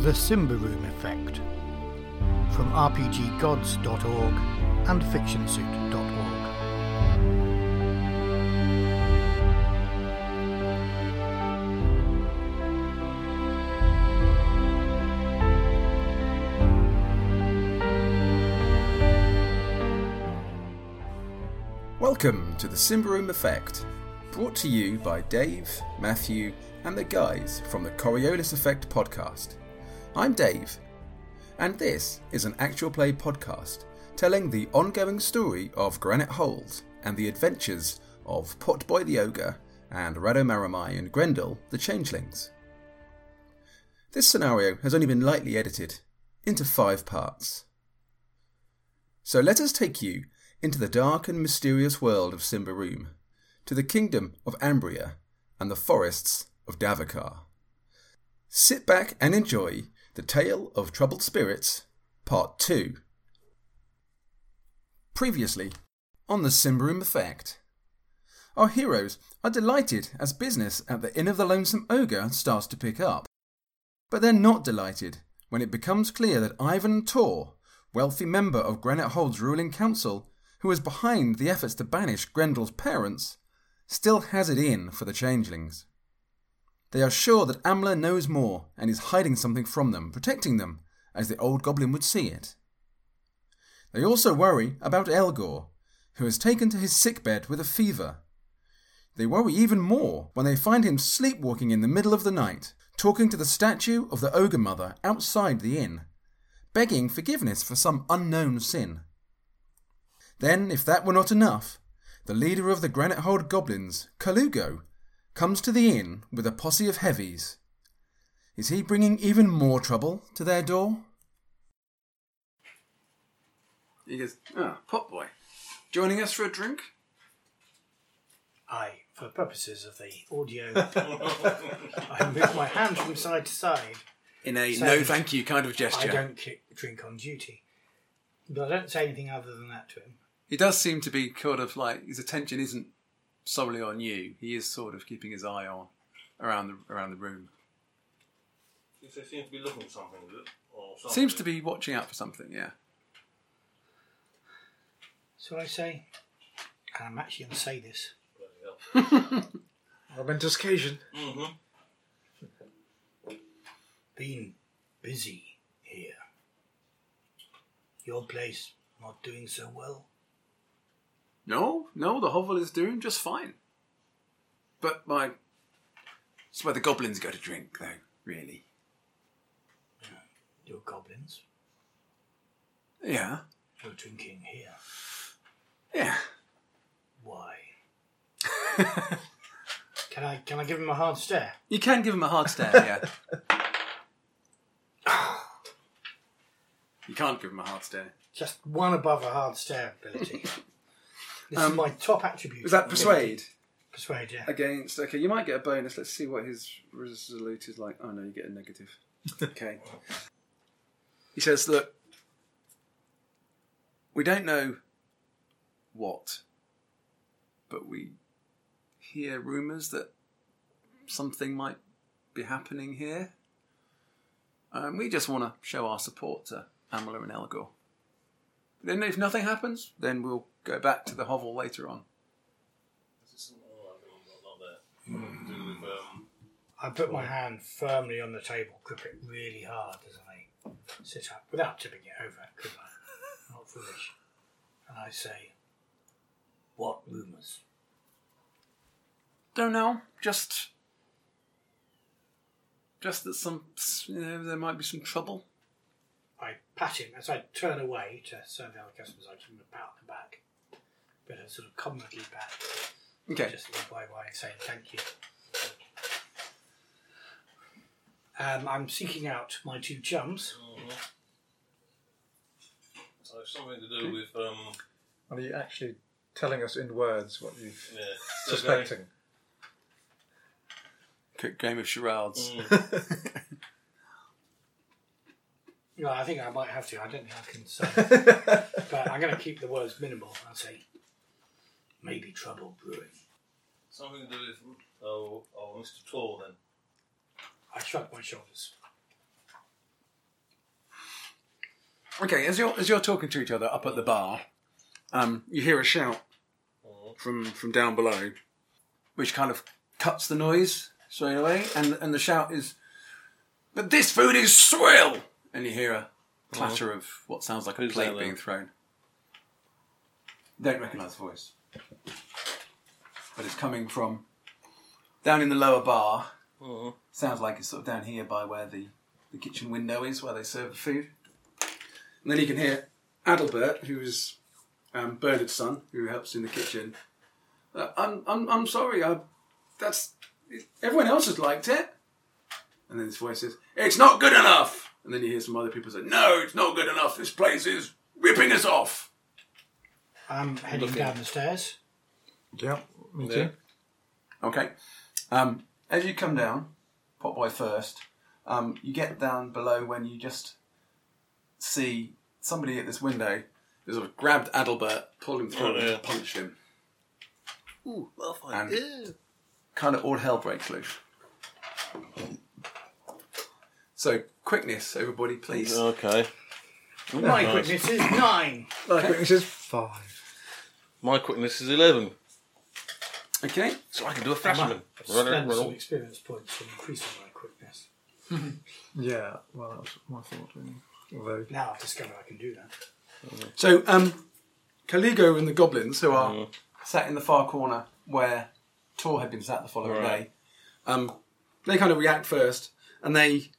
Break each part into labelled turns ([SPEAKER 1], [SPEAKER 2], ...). [SPEAKER 1] The Simba Room Effect from RPGGods.org and FictionSuit.org.
[SPEAKER 2] Welcome to the Simba Room Effect, brought to you by Dave, Matthew, and the guys from the Coriolis Effect podcast. I'm Dave, and this is an actual play podcast telling the ongoing story of Granite Hold and the adventures of Potboy the Ogre and Radomaramai and Grendel the Changelings. This scenario has only been lightly edited into five parts. So let us take you into the dark and mysterious world of Simbaroom, to the kingdom of Ambria and the forests of Davakar. Sit back and enjoy The Tale of Troubled Spirits, Part 2. Previously, on the Simbaroom Effect, our heroes are delighted as business at the Inn of the Lonesome Ogre starts to pick up. But they're not delighted when it becomes clear that Ivan Tor, wealthy member of Granite Hold's ruling council, who was behind the efforts to banish Grendel's parents, still has it in for the changelings. They are sure that Amla knows more and is hiding something from them, protecting them, as the old goblin would see it. They also worry about Elgor, who has taken to his sickbed with a fever they worry even more when they find him sleepwalking in the middle of the night, talking to the statue of the ogre mother outside the inn, begging forgiveness for some unknown sin. Then, if that were not enough, the leader of the Granite Hold Goblins, Kalugo, comes to the inn with a posse of heavies. Is he bringing even more trouble to their door? He goes, Ah, Pop Boy, joining us for a drink?
[SPEAKER 3] I, for purposes of the audio, I move my hand from side to side.
[SPEAKER 2] In a
[SPEAKER 3] So-
[SPEAKER 2] no thank you kind of gesture.
[SPEAKER 3] I don't kick, drink on duty. But I don't say anything other than that to him.
[SPEAKER 2] He does seem to be kind of like his attention isn't solely on you. He is sort of keeping his eye on around the around the room.
[SPEAKER 4] If they seem to be looking at something, is it? Or something.
[SPEAKER 2] Seems to be watching out for something. Yeah.
[SPEAKER 3] So I say, and I'm actually going to say this
[SPEAKER 5] momentous occasion.
[SPEAKER 4] Mm-hmm.
[SPEAKER 3] been busy here. Your place not doing so well.
[SPEAKER 2] No, no, the hovel is doing just fine. But my, it's where the goblins go to drink, though. Really.
[SPEAKER 3] Your goblins,
[SPEAKER 2] Yeah.
[SPEAKER 3] you're drinking here.
[SPEAKER 2] Yeah.
[SPEAKER 3] Why? can I can I give him a hard stare?
[SPEAKER 2] You can give him a hard stare. Yeah. you can't give him a hard stare.
[SPEAKER 3] Just one above a hard stare ability. this
[SPEAKER 2] Um,
[SPEAKER 3] is my top attribute.
[SPEAKER 2] Was that persuade?
[SPEAKER 3] Persuade, yeah.
[SPEAKER 2] against. Okay, you might get a bonus. Let's see what his resolute is like. Oh no, you get a negative. okay. He says, "Look, we don't know what, but we hear rumours that something might be happening here. Um, we just want to show our support to Amala and Elgor. Then, if nothing happens, then we'll go back to the hovel later on."
[SPEAKER 4] Is it something oh, I don't know, not there. Something to do with um,
[SPEAKER 3] I put my hand firmly on the table, grip it really hard as I sit up, without tipping it over, could I? Not foolish. And I say, What rumours?
[SPEAKER 2] Don't know. Just, just that some you know, there might be some trouble.
[SPEAKER 3] I pat him as I turn away to serve the other customers. I give him a pat on the back, but a sort of comradely pat,
[SPEAKER 2] Okay.
[SPEAKER 3] just a by way of saying thank you. Um, I'm seeking out my two chums.
[SPEAKER 4] so it's something to
[SPEAKER 3] Hmm?
[SPEAKER 4] do with um,
[SPEAKER 5] Are you actually telling us in words what you're
[SPEAKER 4] yeah,
[SPEAKER 5] suspecting?
[SPEAKER 2] Quick game of charades.
[SPEAKER 3] No, I think I might have to. I don't think I can say. but I'm going to keep the words minimal. I'll say, maybe trouble brewing.
[SPEAKER 4] something to do with oh, oh, Mr. Tor then.
[SPEAKER 3] I shrug my shoulders.
[SPEAKER 2] Okay, as you're as you're talking to each other up at the bar, um, you hear a shout from from down below, which kind of cuts the noise straight away, and and the shout is, "But this food is swill!" And you hear a clatter of what sounds like a
[SPEAKER 4] Uh-huh. Who's
[SPEAKER 2] plate
[SPEAKER 4] that then?
[SPEAKER 2] being thrown. Don't recognise the voice, but it's coming from down in the lower bar.
[SPEAKER 4] Uh-huh.
[SPEAKER 2] Sounds like it's sort of down here by where the the kitchen window is, where they serve the food. And then you can hear Adalbert, who is um, Bernard's son, who helps in the kitchen. Uh, I'm, I'm, I'm sorry, I, that's everyone else has liked it. And then his voice says, "It's not good enough." And then you hear some other people say, "No, it's not good enough. This place is ripping us off."
[SPEAKER 3] I'm heading down the stairs.
[SPEAKER 5] Yeah, me
[SPEAKER 4] Yeah.
[SPEAKER 5] too.
[SPEAKER 2] Okay. Um, as you come down, Potboy first, um, you get down below when you just see somebody at this window who sort of grabbed Adalbert, pulled him through,
[SPEAKER 4] Oh, yeah.
[SPEAKER 2] and punched him. Ooh, well Kind of all hell breaks loose. So, quickness, everybody, please.
[SPEAKER 4] Okay.
[SPEAKER 3] Oh, My quickness is nine.
[SPEAKER 5] Like this is five.
[SPEAKER 4] My quickness is 11,
[SPEAKER 2] Okay.
[SPEAKER 4] so I can do a
[SPEAKER 3] I
[SPEAKER 4] freshman.
[SPEAKER 3] might
[SPEAKER 4] Run, run,
[SPEAKER 3] spend some
[SPEAKER 4] run.
[SPEAKER 3] experience points in increasing my quickness.
[SPEAKER 5] Yeah, well, that was my thought. Really. Although
[SPEAKER 3] Now I've discovered I can do that.
[SPEAKER 2] So, um, Caligo and the goblins, who are sat in the far corner where Tor had been sat the following
[SPEAKER 4] Right.
[SPEAKER 2] day, um, they kind of react first, and they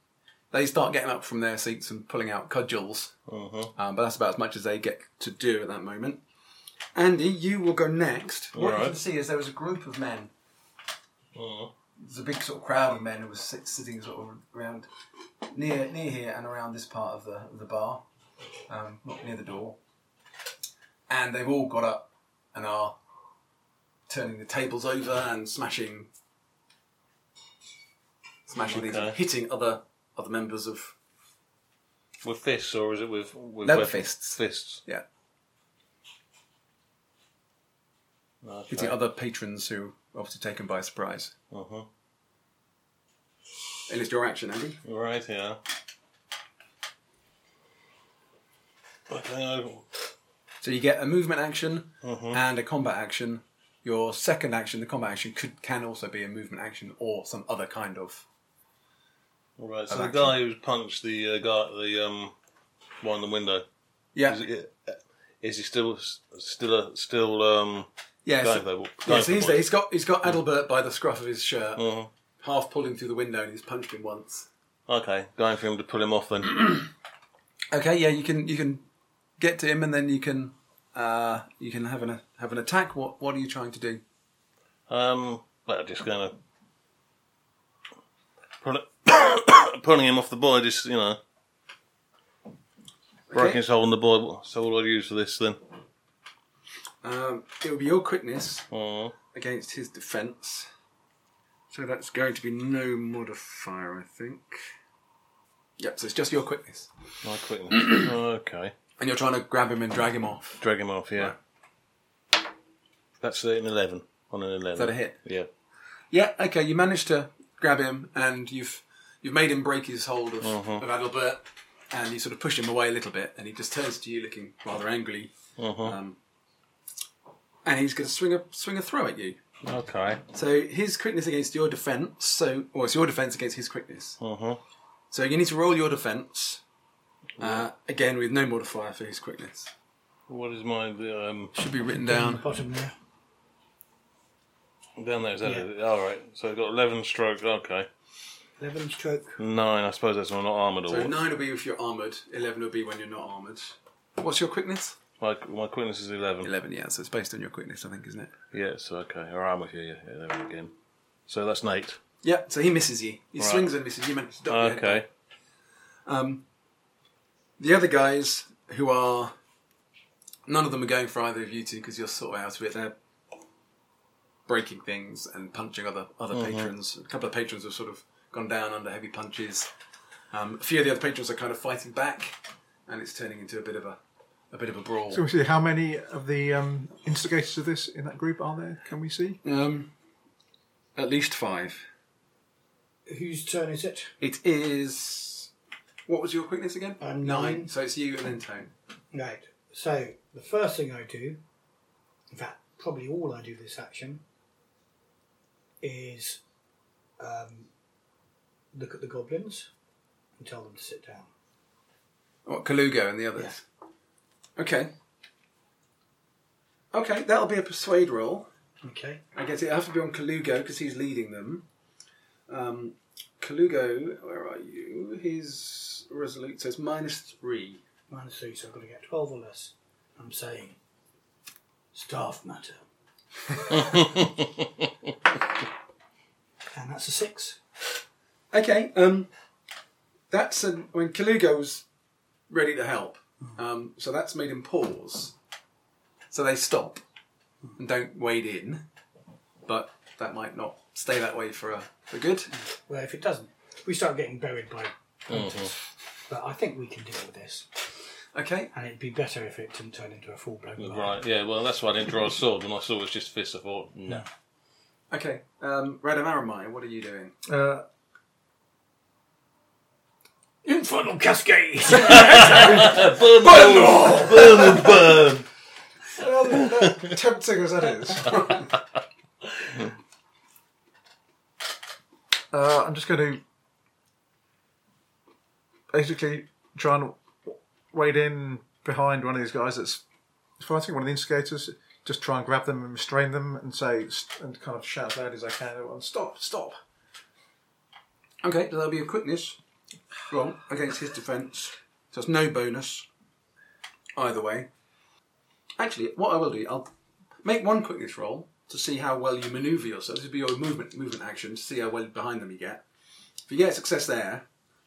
[SPEAKER 2] they start getting up from their seats and pulling out cudgels. Um, but that's about as much as they get to do at that moment. Andy, you will go next. what you
[SPEAKER 4] Alright.
[SPEAKER 2] can see is there was a group of men. There's a big sort of crowd of men who was sit- sitting sort of around near near here and around this part of the of the bar, um, not near the door. And they've all got up and are turning the tables over and smashing, smashing these, and
[SPEAKER 4] Okay.
[SPEAKER 2] hitting other other members of
[SPEAKER 4] With fists, or is it with, with
[SPEAKER 2] No,
[SPEAKER 4] weapons?
[SPEAKER 2] fists.
[SPEAKER 4] Fists.
[SPEAKER 2] yeah,
[SPEAKER 4] Okay.
[SPEAKER 2] hitting other patrons who were obviously taken by surprise.
[SPEAKER 4] Uh-huh.
[SPEAKER 2] It is your action, Andy.
[SPEAKER 4] Right, yeah. Okay, I-
[SPEAKER 2] So you get a movement action
[SPEAKER 4] Mm-hmm.
[SPEAKER 2] and a combat action. Your second action, the combat action, could can also be a movement action or some other kind of.
[SPEAKER 4] Right, so the
[SPEAKER 2] Of
[SPEAKER 4] guy who's punched the uh, guy, the um, one in the window,
[SPEAKER 2] Yeah,
[SPEAKER 4] is, it, is he still s- still a, still um?
[SPEAKER 2] yeah.
[SPEAKER 4] going
[SPEAKER 2] So,
[SPEAKER 4] for-
[SPEAKER 2] yeah,
[SPEAKER 4] going
[SPEAKER 2] so
[SPEAKER 4] for
[SPEAKER 2] he's,
[SPEAKER 4] one?
[SPEAKER 2] there. he's got he's got Adalbert by the scruff of his shirt,
[SPEAKER 4] Mhm.
[SPEAKER 2] half pulled him through the window, and he's punched him once.
[SPEAKER 4] Okay, going for him to pull him off then.
[SPEAKER 2] Okay, yeah, you can you can get to him, and then you can uh, you can have an have an attack. What what are you trying to do?
[SPEAKER 4] um, well, just gonna pull it, pulling him off the boy. Just you know, breaking his hold on the boy. So what do I use for this then?
[SPEAKER 2] Um, it will be your quickness
[SPEAKER 4] Mhm.
[SPEAKER 2] against his defense. So that's going to be no modifier, I think. Yep, so it's just your quickness.
[SPEAKER 4] My quickness. okay,
[SPEAKER 2] And you're trying to grab him and drag him off.
[SPEAKER 4] drag him off. Yeah,
[SPEAKER 2] Right.
[SPEAKER 4] that's an eleven on an eleven. Is
[SPEAKER 2] that a hit?
[SPEAKER 4] Yeah.
[SPEAKER 2] Yeah, okay, you managed to grab him and you've you've made him break his hold of, of Adalbert and you sort of push him away a little bit and he just turns to you looking rather angrily. Um, and he's gonna swing a swing a throw at you.
[SPEAKER 4] Okay.
[SPEAKER 2] So his quickness against your defense, so or it's your defense against his quickness.
[SPEAKER 4] Mhm.
[SPEAKER 2] So you need to roll your defense. Uh, again with no modifier for his quickness.
[SPEAKER 4] What is my um?
[SPEAKER 2] Should be written
[SPEAKER 3] On the
[SPEAKER 2] down.
[SPEAKER 3] bottom there.
[SPEAKER 4] Down there, is that it? All right. So I've got 11 stroke. Okay.
[SPEAKER 3] Eleven stroke.
[SPEAKER 4] Nine. I suppose that's not armoured or
[SPEAKER 2] So
[SPEAKER 4] what.
[SPEAKER 2] nine will be if you're armoured, eleven will be when you're not armoured. What's your quickness?
[SPEAKER 4] My, my quickness is 11.
[SPEAKER 2] 11, yeah, so it's based on your quickness, I think, isn't it?
[SPEAKER 4] Yes. Okay. All right. I'm with you. Yeah. yeah there we go again. So that's an eight.
[SPEAKER 2] Yeah, so he misses you. He
[SPEAKER 4] Right.
[SPEAKER 2] swings and misses you. manage to dot your head
[SPEAKER 4] okay.
[SPEAKER 2] back. Um, the other guys who are. None of them are going for either of you two because you're sort of out of it. They're breaking things and punching other, other
[SPEAKER 4] Mm-hmm.
[SPEAKER 2] patrons. A couple of patrons have sort of gone down under heavy punches. Um, a few of the other patrons are kind of fighting back, and it's turning into a bit of a. A bit of a brawl.
[SPEAKER 5] So we see how many of the um, instigators of this in that group are there? Can we see?
[SPEAKER 2] Um, at least five.
[SPEAKER 3] Whose turn is it?
[SPEAKER 2] It is What was your quickness again?
[SPEAKER 3] Um, nine.
[SPEAKER 2] So it's you and then Tone.
[SPEAKER 3] Right. So the first thing I do, in fact, probably all I do this action, is um, look at the goblins and tell them to sit down.
[SPEAKER 2] What, Kalugo and the others? Okay. Okay, that'll be a persuade roll.
[SPEAKER 3] Okay.
[SPEAKER 2] I guess it'll have to be on Kalugo because he's leading them. Um, Kalugo, where are you? His resolute says minus three.
[SPEAKER 3] Minus three, so I've got to get twelve or less. I'm saying staff matter, and that's a six.
[SPEAKER 2] Okay, um, that's an. I mean, Kalugo was ready to help, um, so that's made him pause. So they stop and don't wade in, but that might not stay that way for a, for good.
[SPEAKER 3] Well, if it doesn't, we start getting buried by. hunters.
[SPEAKER 2] Mm-hmm.
[SPEAKER 3] But I think we can deal with this,
[SPEAKER 2] Okay,
[SPEAKER 3] and it'd be better if it didn't turn into a full blown
[SPEAKER 4] Mm-hmm.
[SPEAKER 6] Right, yeah, well, that's why I didn't draw a sword. When I saw it was just fists, I thought, no.
[SPEAKER 2] okay. Um, Radam Aramai, what are you doing?
[SPEAKER 5] Uh,
[SPEAKER 3] Infernal cascade.
[SPEAKER 6] Burn, them all! Burn them, burn!
[SPEAKER 5] tempting as that is. uh, I'm just going to basically try and wade in behind one of these guys that's fighting one of the instigators. Just try and grab them and restrain them and say and kind of shout as loud as I can. Everyone, stop, stop.
[SPEAKER 2] Okay, so that'll be a quickness roll against his defence. So it's no bonus either way. Actually, what I will do, I'll make one quickness roll to see how well you manoeuvre yourself. This will be your movement movement action to see how well behind them you get. If you get success there,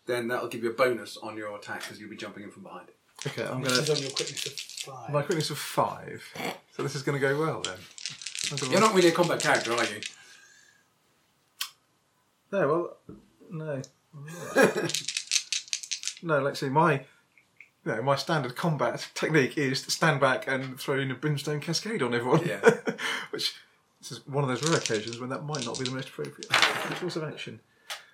[SPEAKER 2] then that'll give you a bonus on your attack because you'll be jumping in from behind.
[SPEAKER 5] Okay, I'm
[SPEAKER 3] This
[SPEAKER 5] going
[SPEAKER 3] is
[SPEAKER 5] to.
[SPEAKER 3] on your quickness of five.
[SPEAKER 5] My quickness of five. So this is going to go well then. I'm gonna-
[SPEAKER 2] You're not really a combat character, are you?
[SPEAKER 5] No, well, no. no, let's see. My, you know, my standard combat technique is to stand back and throw in a brimstone cascade on everyone.
[SPEAKER 2] Yeah.
[SPEAKER 5] Which this is one of those rare occasions when that might not be the most appropriate course of action.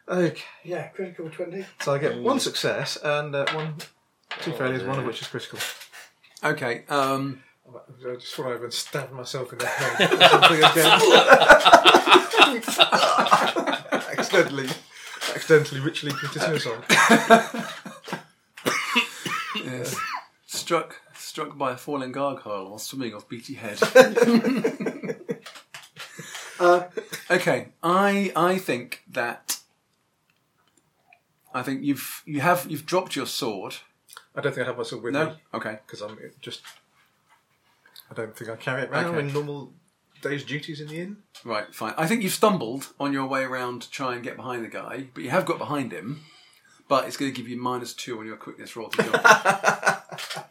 [SPEAKER 5] Okay,
[SPEAKER 3] Yeah, critical 20.
[SPEAKER 5] so I get one success and uh, one, two
[SPEAKER 2] Oh,
[SPEAKER 5] failures, one of which is critical.
[SPEAKER 2] Okay. Um,
[SPEAKER 5] I just thought I would stab myself in the head or something again. accidentally, accidentally, ritually committed suicide.
[SPEAKER 2] struck struck by a falling gargoyle while swimming off Beatty Head. Uh, okay, I I think that I think you've you have you've dropped your sword.
[SPEAKER 5] I don't think I have my sword with
[SPEAKER 2] No,
[SPEAKER 5] me
[SPEAKER 2] okay,
[SPEAKER 5] because I'm just. I don't think I carry it around
[SPEAKER 2] Okay.
[SPEAKER 5] in normal day's duties in the inn.
[SPEAKER 2] right, fine. I think you've stumbled on your way around to try and get behind the guy, but you have got behind him. But it's going to give you minus two on your quickness roll to jump.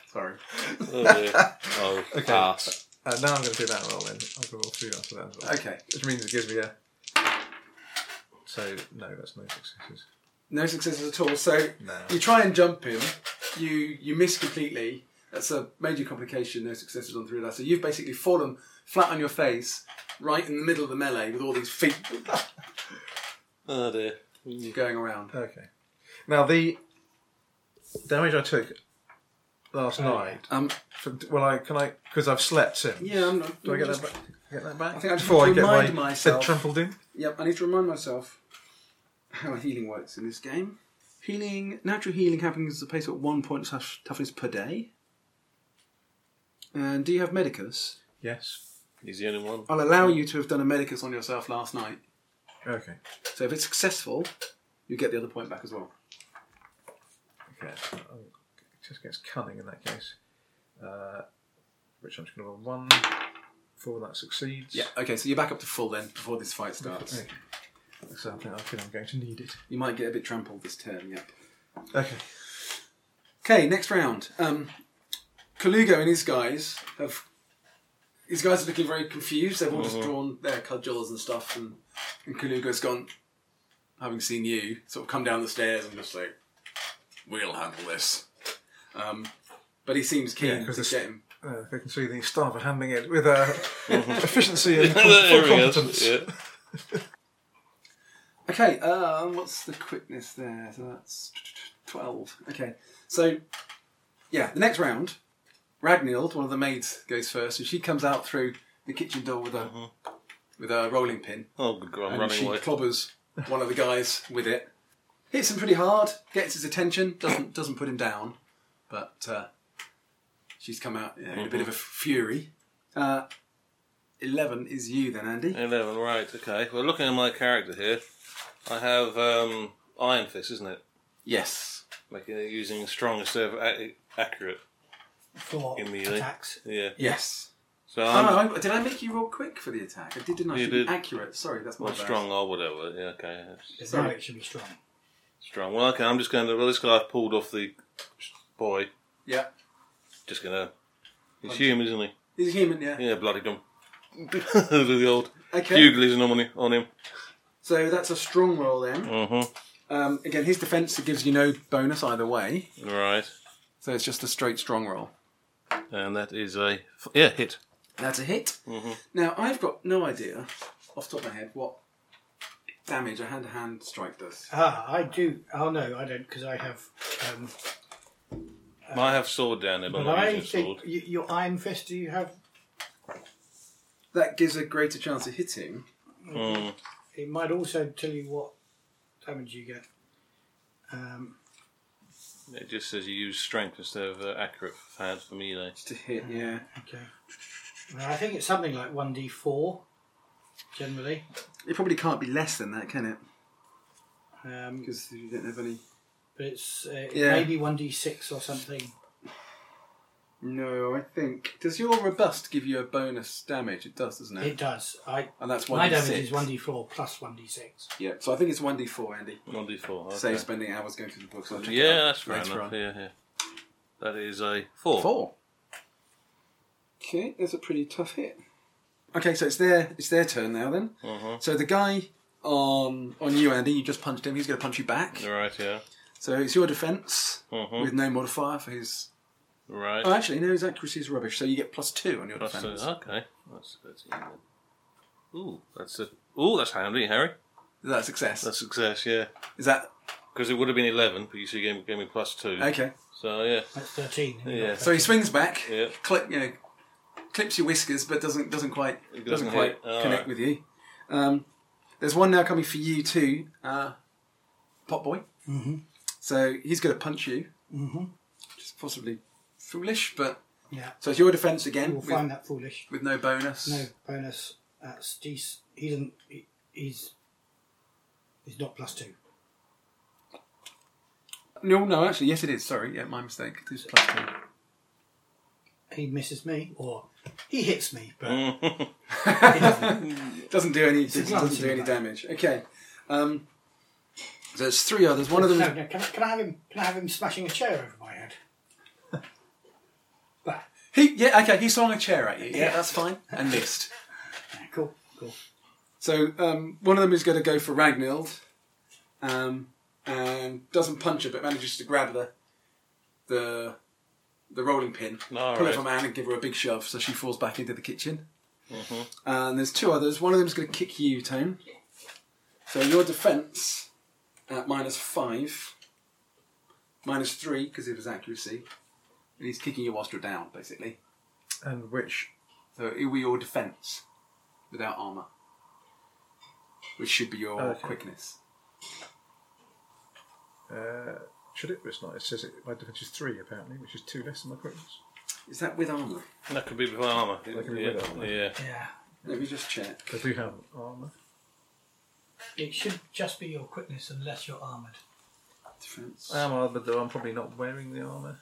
[SPEAKER 2] Sorry.
[SPEAKER 6] Oh, dear. Oh, pass.
[SPEAKER 5] Uh, now I'm going to do that roll then. I'm going to roll three after that as well,
[SPEAKER 2] Okay.
[SPEAKER 5] which means it gives me a. So no, that's no successes.
[SPEAKER 2] No successes at all. So
[SPEAKER 5] No.
[SPEAKER 2] you try and jump him, you you miss completely. That's a major complication. No successes on through that. So you've basically fallen flat on your face, right in the middle of the melee with all these feet
[SPEAKER 6] Oh, dear.
[SPEAKER 2] going around.
[SPEAKER 5] Okay. Now the damage I took last night.
[SPEAKER 2] Um,
[SPEAKER 5] For, well, I can I because I've slept since.
[SPEAKER 2] yeah, I'm not.
[SPEAKER 5] Do I get
[SPEAKER 2] just-
[SPEAKER 5] that back? Get that back?
[SPEAKER 2] I think I just
[SPEAKER 5] before I
[SPEAKER 2] need to
[SPEAKER 5] get my
[SPEAKER 2] remind myself.
[SPEAKER 5] head trampled in.
[SPEAKER 2] Yep, I need to remind myself how healing works in this game. Healing, natural healing happens at a pace of one point slash toughness per day. And do you have medicus?
[SPEAKER 5] Yes.
[SPEAKER 6] He's the only one.
[SPEAKER 2] I'll allow you to have done a medicus on yourself last night.
[SPEAKER 5] Okay.
[SPEAKER 2] So if it's successful, you get the other point back as well.
[SPEAKER 5] Okay. Um, it just gets cunning in that case. Uh, which I'm just going to roll one for that succeeds.
[SPEAKER 2] Yeah. Okay, so you're back up to full then before this fight starts.
[SPEAKER 5] Okay. So I think, I think I'm going to need it.
[SPEAKER 2] You might get a bit trampled this turn. Yep.
[SPEAKER 5] Okay.
[SPEAKER 2] Okay, next round. Um, Kalugo and his guys have. His guys are looking very confused. They've all just drawn their cudgels and stuff, and, and Kalugo's gone. Having seen you, sort of come down the stairs and just like, "We'll handle this." Um, but he seems keen
[SPEAKER 5] Yeah, 'cause
[SPEAKER 2] to
[SPEAKER 5] this-
[SPEAKER 2] get him.
[SPEAKER 5] Uh, if I can see the staff are handling it with uh, efficiency and full,
[SPEAKER 6] there
[SPEAKER 5] full
[SPEAKER 6] we go.
[SPEAKER 5] competence.
[SPEAKER 6] Yeah.
[SPEAKER 2] Okay, um, what's the quickness there? So that's Twelve. Okay. So, yeah, the next round, Ragnild, one of the maids, goes first, and she comes out through the kitchen door with a with a rolling pin,
[SPEAKER 4] Oh, good God, I'm
[SPEAKER 2] and
[SPEAKER 4] running
[SPEAKER 2] she
[SPEAKER 4] away.
[SPEAKER 2] clobbers one of the guys with it. Hits him pretty hard, gets his attention, doesn't doesn't put him down, but uh, she's come out you know, in a bit of a fury. Uh, Eleven is you then, Andy.
[SPEAKER 4] 11, right, okay. Well, looking at my character here, I have um, Iron Fist, isn't it?
[SPEAKER 2] Yes.
[SPEAKER 4] Making it uh, using strongest ever ac- accurate.
[SPEAKER 3] For
[SPEAKER 4] In melee.
[SPEAKER 3] attacks.
[SPEAKER 4] Yeah.
[SPEAKER 2] Yes.
[SPEAKER 4] So
[SPEAKER 2] Oh,
[SPEAKER 4] I'm
[SPEAKER 2] no, I, did I make you roll quick for the attack? I did, didn't I?
[SPEAKER 4] Um, You
[SPEAKER 2] Should be
[SPEAKER 4] did.
[SPEAKER 2] Accurate. Sorry, that's my
[SPEAKER 4] well,
[SPEAKER 2] bad.
[SPEAKER 4] strong or whatever. Yeah, okay. that's
[SPEAKER 3] The relic should be strong.
[SPEAKER 4] Strong. Well, okay, I'm just going to. Well, this guy I've pulled off the boy.
[SPEAKER 2] Yeah.
[SPEAKER 4] Just going to. He's human, isn't he?
[SPEAKER 2] He's a human, yeah.
[SPEAKER 4] Yeah, bloody dumb. the old
[SPEAKER 2] Okay.
[SPEAKER 4] Bugley's on him. On him.
[SPEAKER 2] So that's a strong roll then.
[SPEAKER 4] Mm-hmm.
[SPEAKER 2] Um, again, his defense gives you no bonus either way,
[SPEAKER 4] Right.
[SPEAKER 2] so it's just a straight strong roll.
[SPEAKER 4] And that is a. f- Yeah, hit.
[SPEAKER 2] That's a hit.
[SPEAKER 4] Mm-hmm.
[SPEAKER 2] Now I've got no idea, off the top of my head, what damage a hand-to-hand strike does.
[SPEAKER 3] Ah, I do. Oh no, I don't, because I have. Um,
[SPEAKER 4] I have sword down there, but I'm
[SPEAKER 3] but
[SPEAKER 4] not
[SPEAKER 3] I
[SPEAKER 4] using sword.
[SPEAKER 3] think you, your iron fist. Do you have?
[SPEAKER 2] That gives a greater chance of hitting.
[SPEAKER 4] Mm.
[SPEAKER 3] It might also tell you what damage you get. Um,
[SPEAKER 4] It just says you use strength instead of uh, accurate for hand for melee.
[SPEAKER 2] Just to hit,
[SPEAKER 4] Mm-hmm.
[SPEAKER 2] yeah.
[SPEAKER 3] okay. Well, I think it's something like one d four, generally.
[SPEAKER 2] It probably can't be less than that, can it?
[SPEAKER 3] Um,
[SPEAKER 2] Because you don't have any.
[SPEAKER 3] but it's uh,
[SPEAKER 2] Yeah.
[SPEAKER 3] maybe one d six or something.
[SPEAKER 2] No, I think. Does your robust give you a bonus damage? It does, doesn't it?
[SPEAKER 3] It does. I
[SPEAKER 2] And that's one.
[SPEAKER 3] my damage is one d four plus one d six.
[SPEAKER 2] Yeah, so I think it's one d four, Andy.
[SPEAKER 4] One d four.
[SPEAKER 2] Save spending hours going through the books. I'll check it
[SPEAKER 4] Yeah,
[SPEAKER 2] out
[SPEAKER 4] that's fair
[SPEAKER 2] later
[SPEAKER 4] enough.
[SPEAKER 2] on.
[SPEAKER 4] Yeah, yeah. That is a four.
[SPEAKER 2] Four. Okay, that's a pretty tough hit. Okay, so it's their it's their turn now then.
[SPEAKER 4] Mhm.
[SPEAKER 2] So the guy on on you, Andy, you just punched him. He's going to punch you back.
[SPEAKER 4] Right, yeah.
[SPEAKER 2] So it's your defense
[SPEAKER 4] Mhm.
[SPEAKER 2] with no modifier for his.
[SPEAKER 4] Right.
[SPEAKER 2] Oh, actually, no, his accuracy is rubbish. So you get plus two on your
[SPEAKER 4] Plus two.
[SPEAKER 2] defense.
[SPEAKER 4] Okay. That's that's even. Ooh, that's a. Ooh, that's handy, Harry.
[SPEAKER 2] Is that a success?
[SPEAKER 4] That's success, yeah.
[SPEAKER 2] Is that
[SPEAKER 4] Because it would have been eleven, but you see, gave, me- gave me plus two.
[SPEAKER 2] okay?
[SPEAKER 4] So yeah,
[SPEAKER 3] That's thirteen.
[SPEAKER 4] yeah.
[SPEAKER 2] So he swings back,
[SPEAKER 4] Yeah.
[SPEAKER 2] clip, you know, clips your whiskers, but doesn't doesn't quite
[SPEAKER 4] It
[SPEAKER 2] doesn't,
[SPEAKER 4] doesn't
[SPEAKER 2] quite
[SPEAKER 4] hit. All
[SPEAKER 2] connect
[SPEAKER 4] right.
[SPEAKER 2] with you. Um, there's one now coming for you too, uh, Pop Boy. Mm-hmm. So he's going to punch you, mm-hmm. which is possibly foolish, but
[SPEAKER 3] Yeah.
[SPEAKER 2] so it's your defense again
[SPEAKER 3] We'll
[SPEAKER 2] with,
[SPEAKER 3] find that foolish.
[SPEAKER 2] with no bonus.
[SPEAKER 3] No bonus. That's dec- he doesn't. He, he's he's not plus two.
[SPEAKER 2] no, no, actually, yes, it is. Sorry, yeah, my mistake. It is plus two.
[SPEAKER 3] He misses me, or he hits me. But
[SPEAKER 4] Mm.
[SPEAKER 3] he doesn't.
[SPEAKER 2] Doesn't do any
[SPEAKER 3] a
[SPEAKER 2] doesn't,
[SPEAKER 3] glance
[SPEAKER 2] doesn't do
[SPEAKER 3] in
[SPEAKER 2] any
[SPEAKER 3] the back.
[SPEAKER 2] damage. Okay, um, so it's three others. One of them.
[SPEAKER 3] no, no. Can I, can I have him? Can I have him smashing a chair over my head? but
[SPEAKER 2] He, yeah, okay, he swung a chair at you. Yeah, that's fine. And missed.
[SPEAKER 3] yeah, cool, cool.
[SPEAKER 2] So um, one of them is going to go for Ragnild, um, and doesn't punch her, but manages to grab the the the rolling pin,
[SPEAKER 4] All
[SPEAKER 2] pull
[SPEAKER 4] right.
[SPEAKER 2] it from her hand, and give her a big shove, so she falls back into the kitchen.
[SPEAKER 4] Mm-hmm.
[SPEAKER 2] Uh, And there's two others. One of them's going to kick you, Tone. So your defense at minus five, minus three because of his accuracy, and he's kicking you whilst you're down, basically.
[SPEAKER 5] And which
[SPEAKER 2] So it will be your defense without armor, which should be your
[SPEAKER 5] Okay.
[SPEAKER 2] quickness.
[SPEAKER 5] uh, should it? It's not. It says it, my defense is three apparently, which is two less than my quickness.
[SPEAKER 2] Is that with armor?
[SPEAKER 4] that could be with armor. That
[SPEAKER 5] could be
[SPEAKER 4] yeah.
[SPEAKER 5] with armour.
[SPEAKER 4] Yeah.
[SPEAKER 3] Yeah,
[SPEAKER 2] Let me just check.
[SPEAKER 5] I do have armor.
[SPEAKER 3] it should just be your quickness unless you're armored.
[SPEAKER 2] Defense.
[SPEAKER 5] I am armored, though I'm probably not wearing the armor.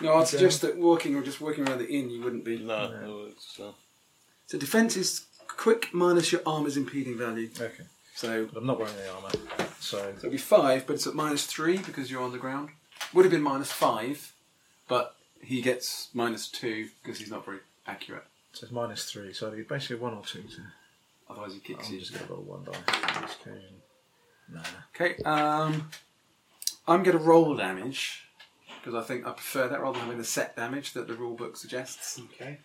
[SPEAKER 2] no, I'd suggest that walking or just walking around the inn, you wouldn't be.
[SPEAKER 4] No. no, It's, uh,
[SPEAKER 2] So defense is quick minus your armor's impeding value.
[SPEAKER 5] Okay,
[SPEAKER 2] So
[SPEAKER 5] but I'm not wearing the armor, so
[SPEAKER 2] it'll be five, but it's at minus three because you're on the ground. Would have been minus five, but he gets minus two because he's not very accurate.
[SPEAKER 5] it says minus three. So it's basically one or two. So
[SPEAKER 2] Otherwise, he kicks
[SPEAKER 5] Oh, I'm
[SPEAKER 2] you.
[SPEAKER 5] just gonna roll one die. Just go and- Nah.
[SPEAKER 2] Okay, um, I'm going to roll damage because I think I prefer that rather than having the set damage that the rule book suggests.
[SPEAKER 3] Okay,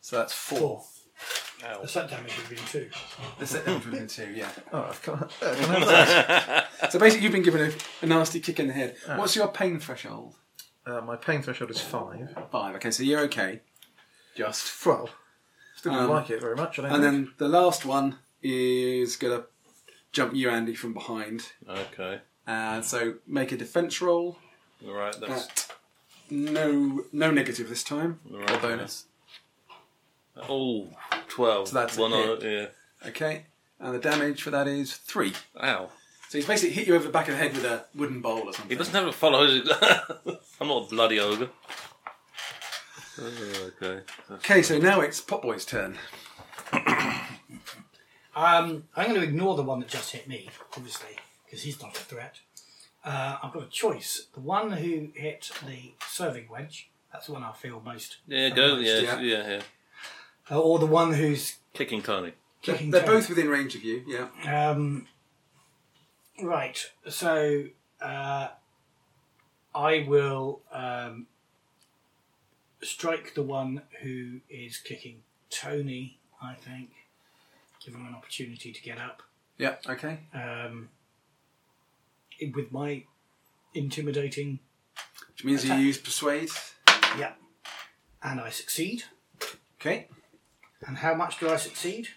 [SPEAKER 2] So that's four.
[SPEAKER 3] four.
[SPEAKER 4] Ow.
[SPEAKER 3] The set damage would have been two.
[SPEAKER 2] The set damage would have been two, yeah.
[SPEAKER 5] Oh, I've come- I can have that.
[SPEAKER 2] So basically, you've been given a, a nasty kick in the head. What's your pain threshold?
[SPEAKER 5] Uh, my pain threshold is five.
[SPEAKER 2] Five. Okay, so you're okay. Just.
[SPEAKER 5] Well, still don't
[SPEAKER 2] Um,
[SPEAKER 5] like it very much. I don't
[SPEAKER 2] And
[SPEAKER 5] think.
[SPEAKER 2] then the last one is going to jump you, Andy, from behind.
[SPEAKER 4] Okay.
[SPEAKER 2] And so make a defense roll
[SPEAKER 4] All right. That's
[SPEAKER 2] at no no negative this time.
[SPEAKER 4] all
[SPEAKER 2] A
[SPEAKER 4] right.
[SPEAKER 2] bonus.
[SPEAKER 4] Oh, 12.
[SPEAKER 2] So that's a
[SPEAKER 4] one on
[SPEAKER 2] hit.
[SPEAKER 4] it.
[SPEAKER 2] Okay. And the damage for that is three.
[SPEAKER 4] Yeah. Ow.
[SPEAKER 2] So he's basically hit you over the back of the head with a wooden bowl or something.
[SPEAKER 4] He doesn't have to follow. his- I'm not a bloody ogre. Oh, okay.
[SPEAKER 2] Okay, so now it's Potboy's turn.
[SPEAKER 3] Um, I'm going to ignore the one that just hit me, obviously, because he's not a threat. Uh, I've got a choice. The one who hit the serving wedge, that's the one I feel most.
[SPEAKER 4] Yeah, go.
[SPEAKER 3] most,
[SPEAKER 4] Yeah,
[SPEAKER 2] yeah.
[SPEAKER 4] yeah, yeah,
[SPEAKER 3] Uh, or the one who's
[SPEAKER 4] Kicking Tony.
[SPEAKER 2] They're,
[SPEAKER 3] kicking.
[SPEAKER 2] they're
[SPEAKER 3] Tony.
[SPEAKER 2] both within range of you, yeah.
[SPEAKER 3] Um, right. So uh, I will um, strike the one who is kicking Tony. I think. Give him an opportunity to get up.
[SPEAKER 2] Yeah, okay.
[SPEAKER 3] Um, i- with my intimidating,
[SPEAKER 2] Which means you use Persuade.
[SPEAKER 3] yeah, and I succeed.
[SPEAKER 2] Okay.
[SPEAKER 3] And how much do I succeed?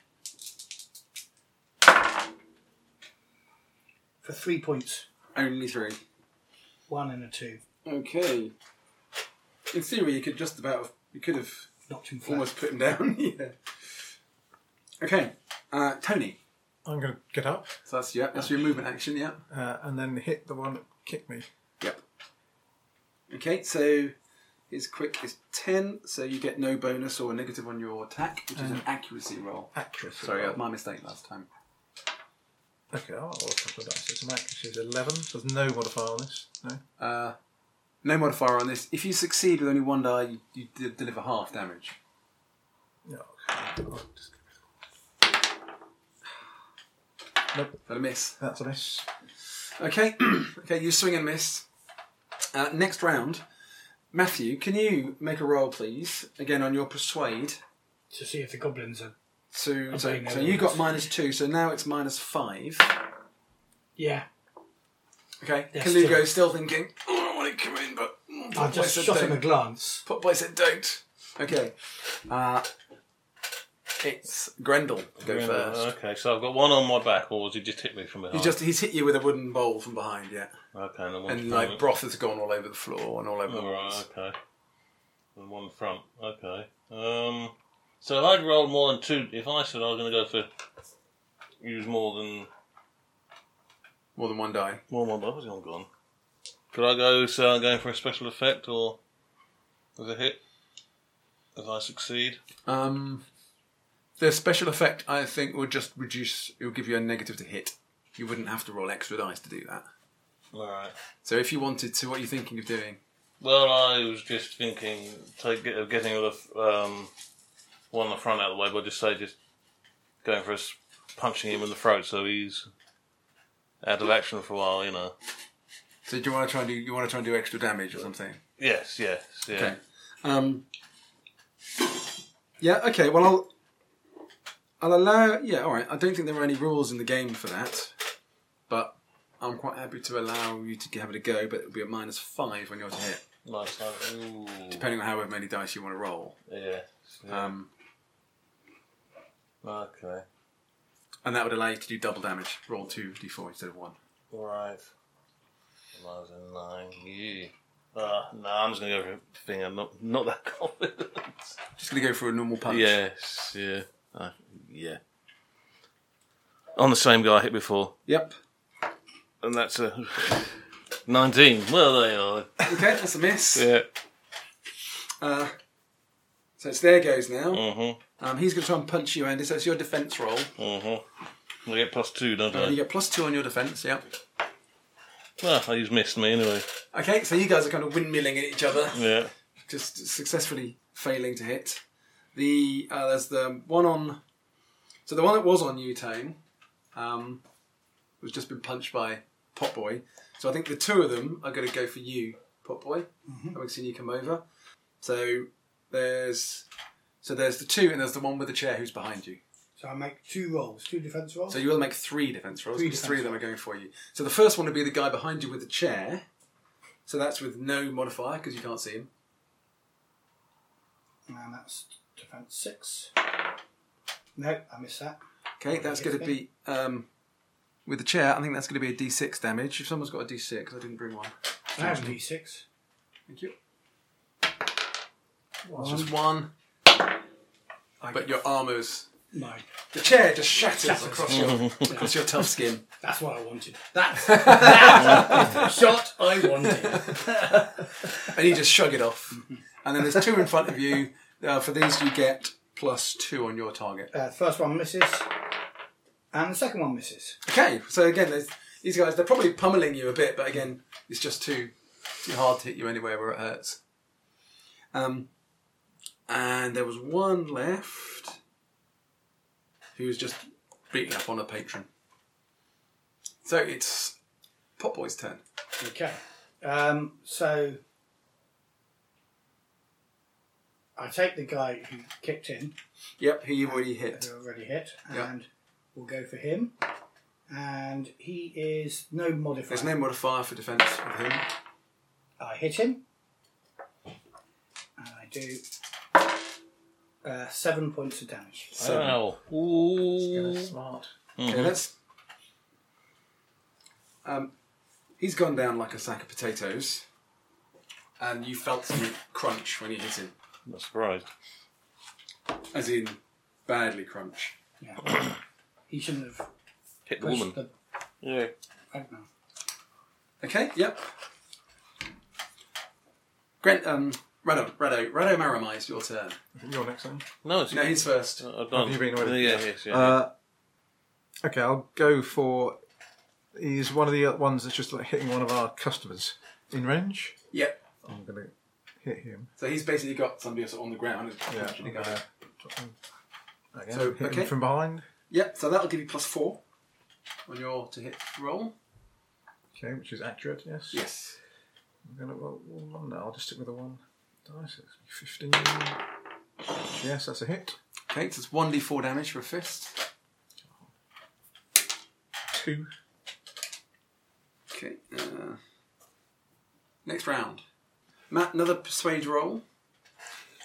[SPEAKER 3] For three points,
[SPEAKER 2] Only three.
[SPEAKER 3] one and a two.
[SPEAKER 2] Okay. In theory, you could just about have, you could have
[SPEAKER 3] Knocked him flat.
[SPEAKER 2] almost put him down. yeah. Okay, uh, Tony.
[SPEAKER 5] I'm going to get up
[SPEAKER 2] So that's yeah, that's your movement action. Yeah.
[SPEAKER 5] uh, and then hit the one that kicked me.
[SPEAKER 2] Yep. Okay, so his quick is ten, so you get no bonus or negative on your attack, which is an accuracy roll.
[SPEAKER 5] Accuracy.
[SPEAKER 2] Sorry, uh,
[SPEAKER 5] roll.
[SPEAKER 2] my mistake last time.
[SPEAKER 5] Okay, I'll roll a couple of dice. My accuracy is 11, so there's no modifier on this. No.
[SPEAKER 2] Uh, no modifier on this. If you succeed with only one die, you, you d- deliver half damage.
[SPEAKER 5] No. okay. I'll just- Nope,
[SPEAKER 2] But a miss.
[SPEAKER 5] that's a miss.
[SPEAKER 2] Okay, okay, you swing and miss. Uh, next round, Matthew, can you make a roll, please? Again on your persuade.
[SPEAKER 3] to see if the goblins are.
[SPEAKER 2] To, so,
[SPEAKER 3] Okay, no
[SPEAKER 2] so you got
[SPEAKER 3] worries.
[SPEAKER 2] minus two, so now it's minus five.
[SPEAKER 3] Yeah,
[SPEAKER 2] Okay,
[SPEAKER 3] Yeah,
[SPEAKER 2] Kalugo still thinking, oh, I don't want to come in, but mm,
[SPEAKER 3] I
[SPEAKER 2] Potboy
[SPEAKER 3] just
[SPEAKER 2] said
[SPEAKER 3] shot him a
[SPEAKER 2] don't.
[SPEAKER 3] glance.
[SPEAKER 2] Potboy said don't. Okay, uh, it's Grendel. Go first.
[SPEAKER 4] Okay, so I've got one on my back, or was he just hit me from behind?
[SPEAKER 2] He's just he's hit you with a wooden bowl from behind, yeah,
[SPEAKER 4] okay, and, the one
[SPEAKER 2] and
[SPEAKER 4] from-
[SPEAKER 2] like broth has gone all over the floor and all over the
[SPEAKER 4] Oh, All right,
[SPEAKER 2] walls.
[SPEAKER 4] okay. And one front. Okay. Um. So I'd rolled more than two. If I said I was going to go for use more than
[SPEAKER 2] More than one die.
[SPEAKER 4] more than one, but I was all gone. Could I go? So I'm going for a special effect or with a hit. If I succeed,
[SPEAKER 2] Um, the special effect, I think, would just reduce. It will give you a negative to hit. You wouldn't have to roll extra dice to do that.
[SPEAKER 4] all right.
[SPEAKER 2] So if you wanted to, what are you thinking of doing?
[SPEAKER 4] Well, I was just thinking take, get- of getting all the um, one on the front out of the way, but just say just going for us punching him in the throat, so he's out of action for a while. You know.
[SPEAKER 2] So do you want to try and do? You want to try and do extra damage or something?
[SPEAKER 4] Yes. Yes. Yeah.
[SPEAKER 2] Okay. Um, yeah. Okay. Well, I'll. I'll allow. Yeah. All right. I don't think there are any rules in the game for that, but I'm quite happy to allow you to have it a go. But it'll be a minus five when you're to hit,
[SPEAKER 4] Nice. nice. Ooh.
[SPEAKER 2] depending on how many dice you want to roll.
[SPEAKER 4] Yeah. yeah.
[SPEAKER 2] Um,
[SPEAKER 4] okay.
[SPEAKER 2] And that would allow you to do double damage. Roll two d4 instead of one.
[SPEAKER 4] All right. Miles and nine. Yeah. Uh, no, I'm just gonna go for a thing. I'm not not that confident.
[SPEAKER 2] Just gonna go for a normal punch.
[SPEAKER 4] yes. Yeah. Uh, yeah. On the same guy I hit before,
[SPEAKER 2] Yep.
[SPEAKER 4] and that's a nineteen. Well, they are.
[SPEAKER 2] Okay, that's a miss.
[SPEAKER 4] Yeah.
[SPEAKER 2] Uh, so it's there goes now.
[SPEAKER 4] Mhm.
[SPEAKER 2] Um, he's gonna try and punch you, Andy. So it's your defense roll.
[SPEAKER 4] Mhm. I get plus two, don't
[SPEAKER 2] And you
[SPEAKER 4] I?
[SPEAKER 2] get plus two on your defense. Yep.
[SPEAKER 4] Well, he's missed me anyway.
[SPEAKER 2] Okay, so you guys are kind of windmilling at each other,
[SPEAKER 4] Yeah.
[SPEAKER 2] just successfully failing to hit. The uh, there's the one on. So the one that was on you, Tane, um, was just been punched by Potboy. So I think the two of them are going to go for
[SPEAKER 3] Mm-hmm.
[SPEAKER 2] you, Potboy. Having seen you come over, so there's So there's the two, and there's the one with the chair who's behind you.
[SPEAKER 3] So I make two rolls, two defense rolls.
[SPEAKER 2] So you will make three defense rolls.
[SPEAKER 3] Three
[SPEAKER 2] because three of
[SPEAKER 3] defense
[SPEAKER 2] them are going for you. So the first one would be the guy behind you with the chair. So that's with no modifier because you can't see him.
[SPEAKER 3] and that's defense six. No, I missed that.
[SPEAKER 2] Okay, that's going to be um, with the chair. I think that's going to be a D6 damage. If someone's got a D6, I didn't bring one.
[SPEAKER 3] I have a d6.
[SPEAKER 2] Thank you. That's just one. But your armor's
[SPEAKER 3] Nine.
[SPEAKER 2] the chair just shatters across your across your tough skin.
[SPEAKER 3] That's what I wanted. That's, that is the shot I wanted.
[SPEAKER 2] and you just shrug it off. And then there's two in front of you. Uh, for these, you get plus two on your target.
[SPEAKER 3] Uh, first one misses, and the second one misses.
[SPEAKER 2] Okay, so again, there's, these guys, they're probably pummeling you a bit, but again, it's just too, too hard to hit you anywhere where it hurts. Um, and there was one left who was just beating up on a patron. So it's Pop Boy's turn.
[SPEAKER 3] Okay. Um, so I take the guy who kicked in,
[SPEAKER 2] Yep, who you already hit.
[SPEAKER 3] who already hit,
[SPEAKER 2] Yeah.
[SPEAKER 3] and we'll go for him. And he is no modifier.
[SPEAKER 2] There's no modifier for defense with him.
[SPEAKER 3] I hit him, and I do uh, seven points of damage.
[SPEAKER 4] Wow. Ooh.
[SPEAKER 5] Smart.
[SPEAKER 2] Okay, let's. Um, he's gone down like a sack of potatoes, and you felt something crunch when you hit him,
[SPEAKER 4] Not surprised.
[SPEAKER 2] as in badly crunch.
[SPEAKER 3] Yeah. he shouldn't have
[SPEAKER 4] Hit the
[SPEAKER 3] pushed
[SPEAKER 4] woman.
[SPEAKER 3] the.
[SPEAKER 4] Yeah.
[SPEAKER 3] I don't know.
[SPEAKER 2] Okay, yep. Grant, um, Rado, Rado, Rado Maramai is your turn.
[SPEAKER 5] You're next then.
[SPEAKER 4] No, it's
[SPEAKER 2] No, he's first.
[SPEAKER 4] I've done.
[SPEAKER 5] Have you been already?
[SPEAKER 4] Yeah, yes, yeah.
[SPEAKER 5] Uh, okay, I'll go for. He's one of the ones that's just like hitting one of our customers in range.
[SPEAKER 2] Yep.
[SPEAKER 5] I'm gonna hit him.
[SPEAKER 2] So he's basically got somebody else on the ground.
[SPEAKER 5] Yeah.
[SPEAKER 2] Yeah.
[SPEAKER 5] I'm gonna drop him. Again,
[SPEAKER 2] So,
[SPEAKER 5] hit
[SPEAKER 2] okay.
[SPEAKER 5] him from behind.
[SPEAKER 2] Yep. So that'll give you plus four on your to hit roll.
[SPEAKER 5] Okay, which is accurate. Yes.
[SPEAKER 2] Yes.
[SPEAKER 5] I'm gonna roll one, one now. I'll just stick with the one dice. It's fifteen. Yes, that's a hit.
[SPEAKER 2] Okay, so it's one d four damage for a fist.
[SPEAKER 5] Two.
[SPEAKER 2] Okay. Uh, next round. Matt, another persuade roll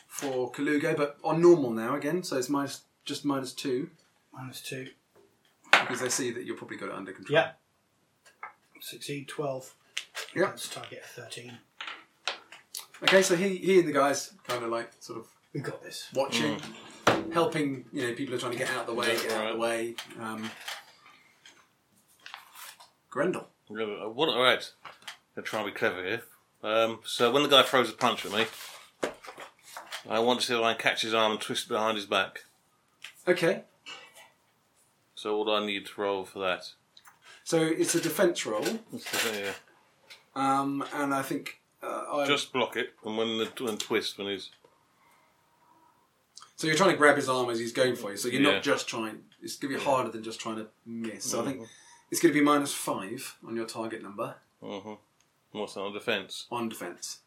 [SPEAKER 2] for Kaluga, but on normal now again, so it's minus, just minus two
[SPEAKER 3] Minus two.
[SPEAKER 2] because they see that you've probably got it under control.
[SPEAKER 3] Yeah. Succeed 12.
[SPEAKER 2] Yep.
[SPEAKER 3] Against target of 13.
[SPEAKER 2] Okay, so he, he and the guys kind of like sort of
[SPEAKER 3] We got this.
[SPEAKER 2] watching, helping. You know, people are trying to get out of the way,
[SPEAKER 4] Yeah,
[SPEAKER 2] get out of the way. Um, Grendel.
[SPEAKER 4] Remember, uh, What? All right. Gonna try and be clever here. Um, so when the guy throws a punch at me, I want to see if I can catch his arm and twist it behind his back.
[SPEAKER 2] Okay,
[SPEAKER 4] So what do I need to roll for that?
[SPEAKER 2] so it's a defense roll,
[SPEAKER 4] That's the thing, yeah.
[SPEAKER 2] um, and I think uh, I
[SPEAKER 4] Just block it, and when the and twist when he's
[SPEAKER 2] So you're trying to grab his arm as he's going for you. So you're
[SPEAKER 4] Yeah.
[SPEAKER 2] not just trying. It's going to be harder than just trying to miss. So I think it's going to be minus five on your target number
[SPEAKER 4] Mhm. what's that on defense?
[SPEAKER 2] on defense.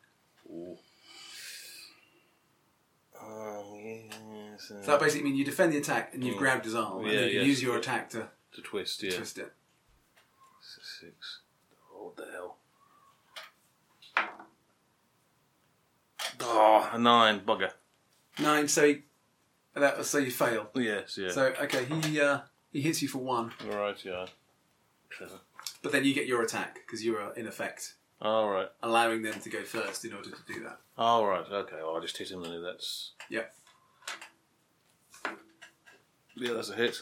[SPEAKER 4] Um, yes, uh,
[SPEAKER 2] So that basically means you defend the attack and you've grabbed his arm, and
[SPEAKER 4] Mm. Yeah,
[SPEAKER 2] then you
[SPEAKER 4] yeah.
[SPEAKER 2] use your attack to
[SPEAKER 4] to twist, yeah.
[SPEAKER 2] twist it.
[SPEAKER 4] Six. What the hell? Ah, a nine, bugger.
[SPEAKER 2] Nine. So he, that, so you fail.
[SPEAKER 4] Yes, yeah.
[SPEAKER 2] So okay, he uh, he hits you for one,
[SPEAKER 4] All right, yeah. Clever.
[SPEAKER 2] but then you get your attack because you are in effect
[SPEAKER 4] All right.
[SPEAKER 2] allowing them to go first in order to do that.
[SPEAKER 4] All right. Okay. Well, I just hit him. Then that's
[SPEAKER 2] Yep.
[SPEAKER 4] yeah. That's a hit.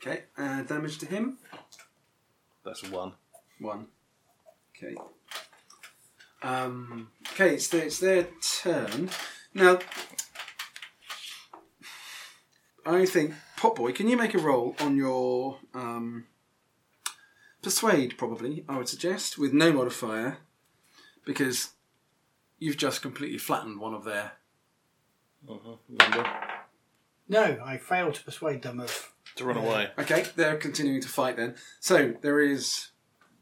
[SPEAKER 2] Okay. Uh, damage to him.
[SPEAKER 4] That's one.
[SPEAKER 2] One. Okay. Um, okay, it's their, it's their turn. Now, I think, Potboy, can you make a roll on your um, Persuade, probably, I would suggest, with no modifier, because you've just completely flattened one of their.
[SPEAKER 4] Mm-hmm.
[SPEAKER 3] No, I failed to persuade them of.
[SPEAKER 4] To run away.
[SPEAKER 2] Okay, they're continuing to fight then. So, there is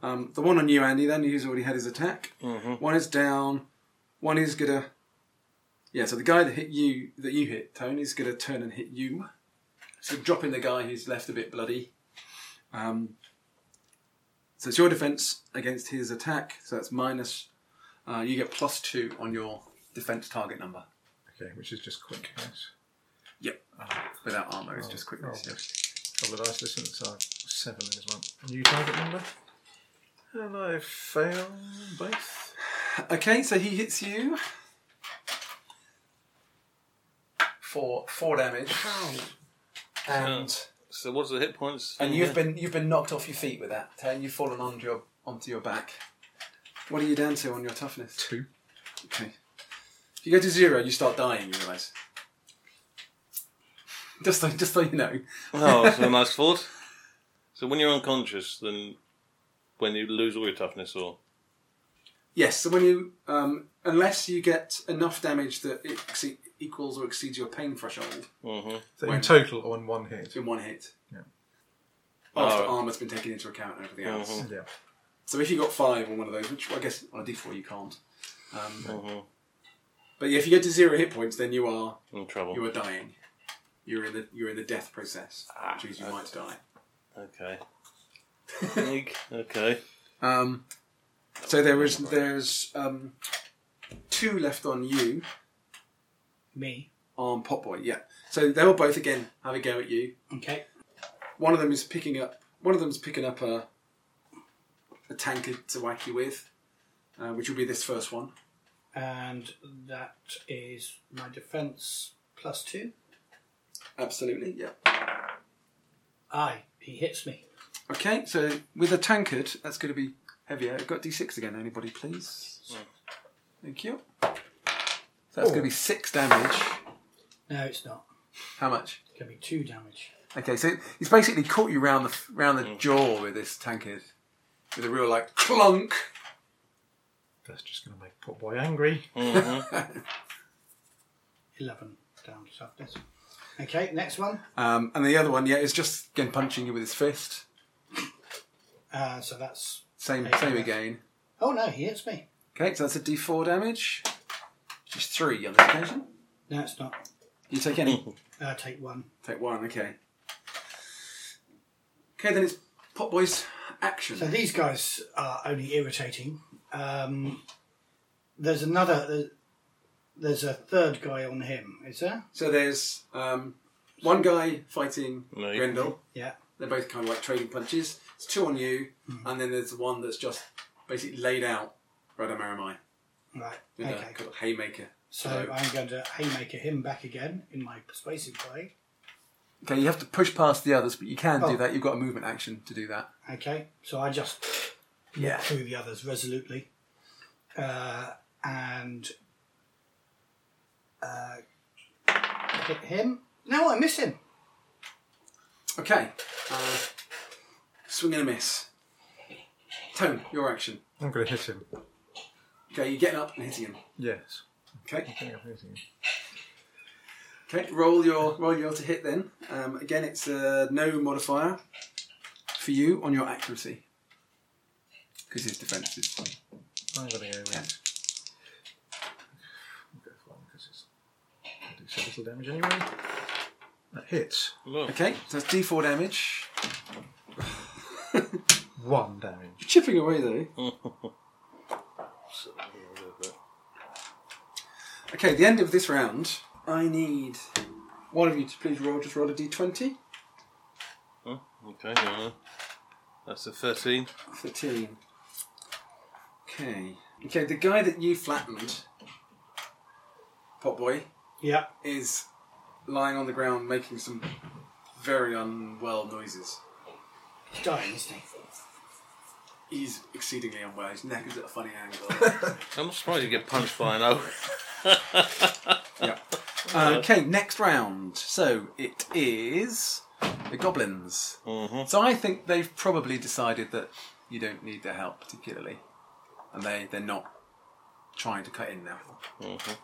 [SPEAKER 2] um, the one on you, Andy, then, who's already had his attack.
[SPEAKER 4] Mm-hmm.
[SPEAKER 2] One is down. One is gonna Yeah, so the guy that hit you, that you hit, Tony's going to turn and hit you. So dropping the guy who's left a bit bloody. Um, so it's your defense against his attack. So that's minus. Uh, you get plus two on your defense target number.
[SPEAKER 5] Okay, which is just quick. Yes.
[SPEAKER 2] Yep. Without armor, it's just quickness.
[SPEAKER 5] oh.
[SPEAKER 2] yeah.
[SPEAKER 5] Roll the dice, this one's uh, seven as well. New target number. And I fail both.
[SPEAKER 2] Okay, so he hits you for four damage, and
[SPEAKER 4] So what's the hit points?
[SPEAKER 2] and you've been you've been knocked off your feet with that. Tony. You've fallen onto your onto your back. What are you down to on your toughness?
[SPEAKER 5] Two.
[SPEAKER 2] Okay. If you go to zero, you start dying. You realise. Just so, just so you know.
[SPEAKER 4] Oh, so nice thought. So when you're unconscious, then when you lose all your toughness, or
[SPEAKER 2] Yes. So when you um, unless you get enough damage that it exceed, equals or exceeds your pain threshold
[SPEAKER 4] Mhm.
[SPEAKER 5] So
[SPEAKER 2] When-
[SPEAKER 5] in total on one hit.
[SPEAKER 2] in one hit.
[SPEAKER 5] Yeah.
[SPEAKER 2] After
[SPEAKER 4] Oh.
[SPEAKER 2] armor's been taken into account and everything else.
[SPEAKER 4] Mhm.
[SPEAKER 5] Yeah.
[SPEAKER 2] So if you got five on one of those, which I guess on a D4 you can't. Um,
[SPEAKER 4] Mhm.
[SPEAKER 2] But yeah, if you get to zero hit points, then you are
[SPEAKER 4] in trouble.
[SPEAKER 2] you are dying. You're in the you're in the death process, which means you might die.
[SPEAKER 4] Okay. Eek. okay.
[SPEAKER 2] Um, so there is there's um, two left on you
[SPEAKER 3] Me.
[SPEAKER 2] on Potboy. Yeah. So they will both again have a go at you.
[SPEAKER 3] Okay.
[SPEAKER 2] One of them is picking up. One of them's picking up a a tankard to whack you with, uh, which will be this first one.
[SPEAKER 3] And that is my defense plus two.
[SPEAKER 2] Absolutely. Yeah.
[SPEAKER 3] Aye, he hits me.
[SPEAKER 2] Okay, so with a tankard, that's going to be heavier. I've got D6 again, anybody, please? Thank you. So that's going to be six damage.
[SPEAKER 3] No, it's not.
[SPEAKER 2] How much?
[SPEAKER 3] It can be two damage.
[SPEAKER 2] Okay, so he's basically caught you round the round the jaw with this tankard, with a real like clunk.
[SPEAKER 5] That's just going to make poor boy angry.
[SPEAKER 4] Mhm.
[SPEAKER 3] Eleven down to toughness. Okay, next one.
[SPEAKER 2] Um, and the other one, yeah, is just again punching you with his fist.
[SPEAKER 3] Uh, so that's.
[SPEAKER 2] Same,
[SPEAKER 3] Okay.
[SPEAKER 2] same again.
[SPEAKER 3] Oh no, he hits me.
[SPEAKER 2] Okay, so that's a D4 damage. Just three on this occasion.
[SPEAKER 3] No, it's not.
[SPEAKER 2] You take any?
[SPEAKER 3] Uh, take one.
[SPEAKER 2] take one. Okay. Okay, then it's Potboy's action.
[SPEAKER 3] So these guys are only irritating. Um, there's another. there's- There's a third guy on him, is there?
[SPEAKER 2] So there's um, one guy fighting
[SPEAKER 4] No, you-
[SPEAKER 2] Grendel.
[SPEAKER 3] Yeah.
[SPEAKER 2] They're both kind of like trading punches. It's two on you,
[SPEAKER 3] Hmm.
[SPEAKER 2] and then there's the one that's just basically laid out Radamaramai
[SPEAKER 3] Right.
[SPEAKER 2] with
[SPEAKER 3] okay.
[SPEAKER 2] a kind of haymaker.
[SPEAKER 3] So
[SPEAKER 2] So-
[SPEAKER 3] I'm going to haymaker him back again in my persuasive play.
[SPEAKER 2] Okay, you have to push past the others, but you can
[SPEAKER 3] Oh.
[SPEAKER 2] do that. You've got a movement action to do that.
[SPEAKER 3] Okay. So I just
[SPEAKER 2] Yeah.
[SPEAKER 3] through the others resolutely, uh, and uh, hit him. No, I miss him.
[SPEAKER 2] Okay. Uh, swing and a miss. Tone, your action.
[SPEAKER 5] I'm going to hit him.
[SPEAKER 2] Okay, you're getting up and hitting him.
[SPEAKER 5] Yes.
[SPEAKER 2] Okay.
[SPEAKER 5] I think I'm hitting him.
[SPEAKER 2] Okay, roll your roll your to hit then. Um, again, it's a no modifier for you on your accuracy because his defense is
[SPEAKER 5] I'm going to go with. I'll go for one because it's. I do so little damage anyway. That hits.
[SPEAKER 4] Look.
[SPEAKER 2] okay. So that's D4 damage.
[SPEAKER 5] One damage.
[SPEAKER 2] Chipping away though. Okay, the end of this round, I need one of you to please roll just roll a D20.
[SPEAKER 4] Oh, okay. hang on. That's a thirteen.
[SPEAKER 2] 13. Okay. Okay, the guy that you flattened, Potboy,
[SPEAKER 3] Yeah.
[SPEAKER 2] is lying on the ground making some very unwell noises.
[SPEAKER 3] He's dying, isn't he?
[SPEAKER 2] He's exceedingly unwell. His neck is at a funny angle.
[SPEAKER 4] I'm not surprised you get punched by an oak.
[SPEAKER 2] yeah. Uh, Okay, next round. So it is the goblins.
[SPEAKER 4] Mhm.
[SPEAKER 2] So I think they've probably decided that you don't need their help particularly, and they they're not trying to cut in now.
[SPEAKER 4] Mhm.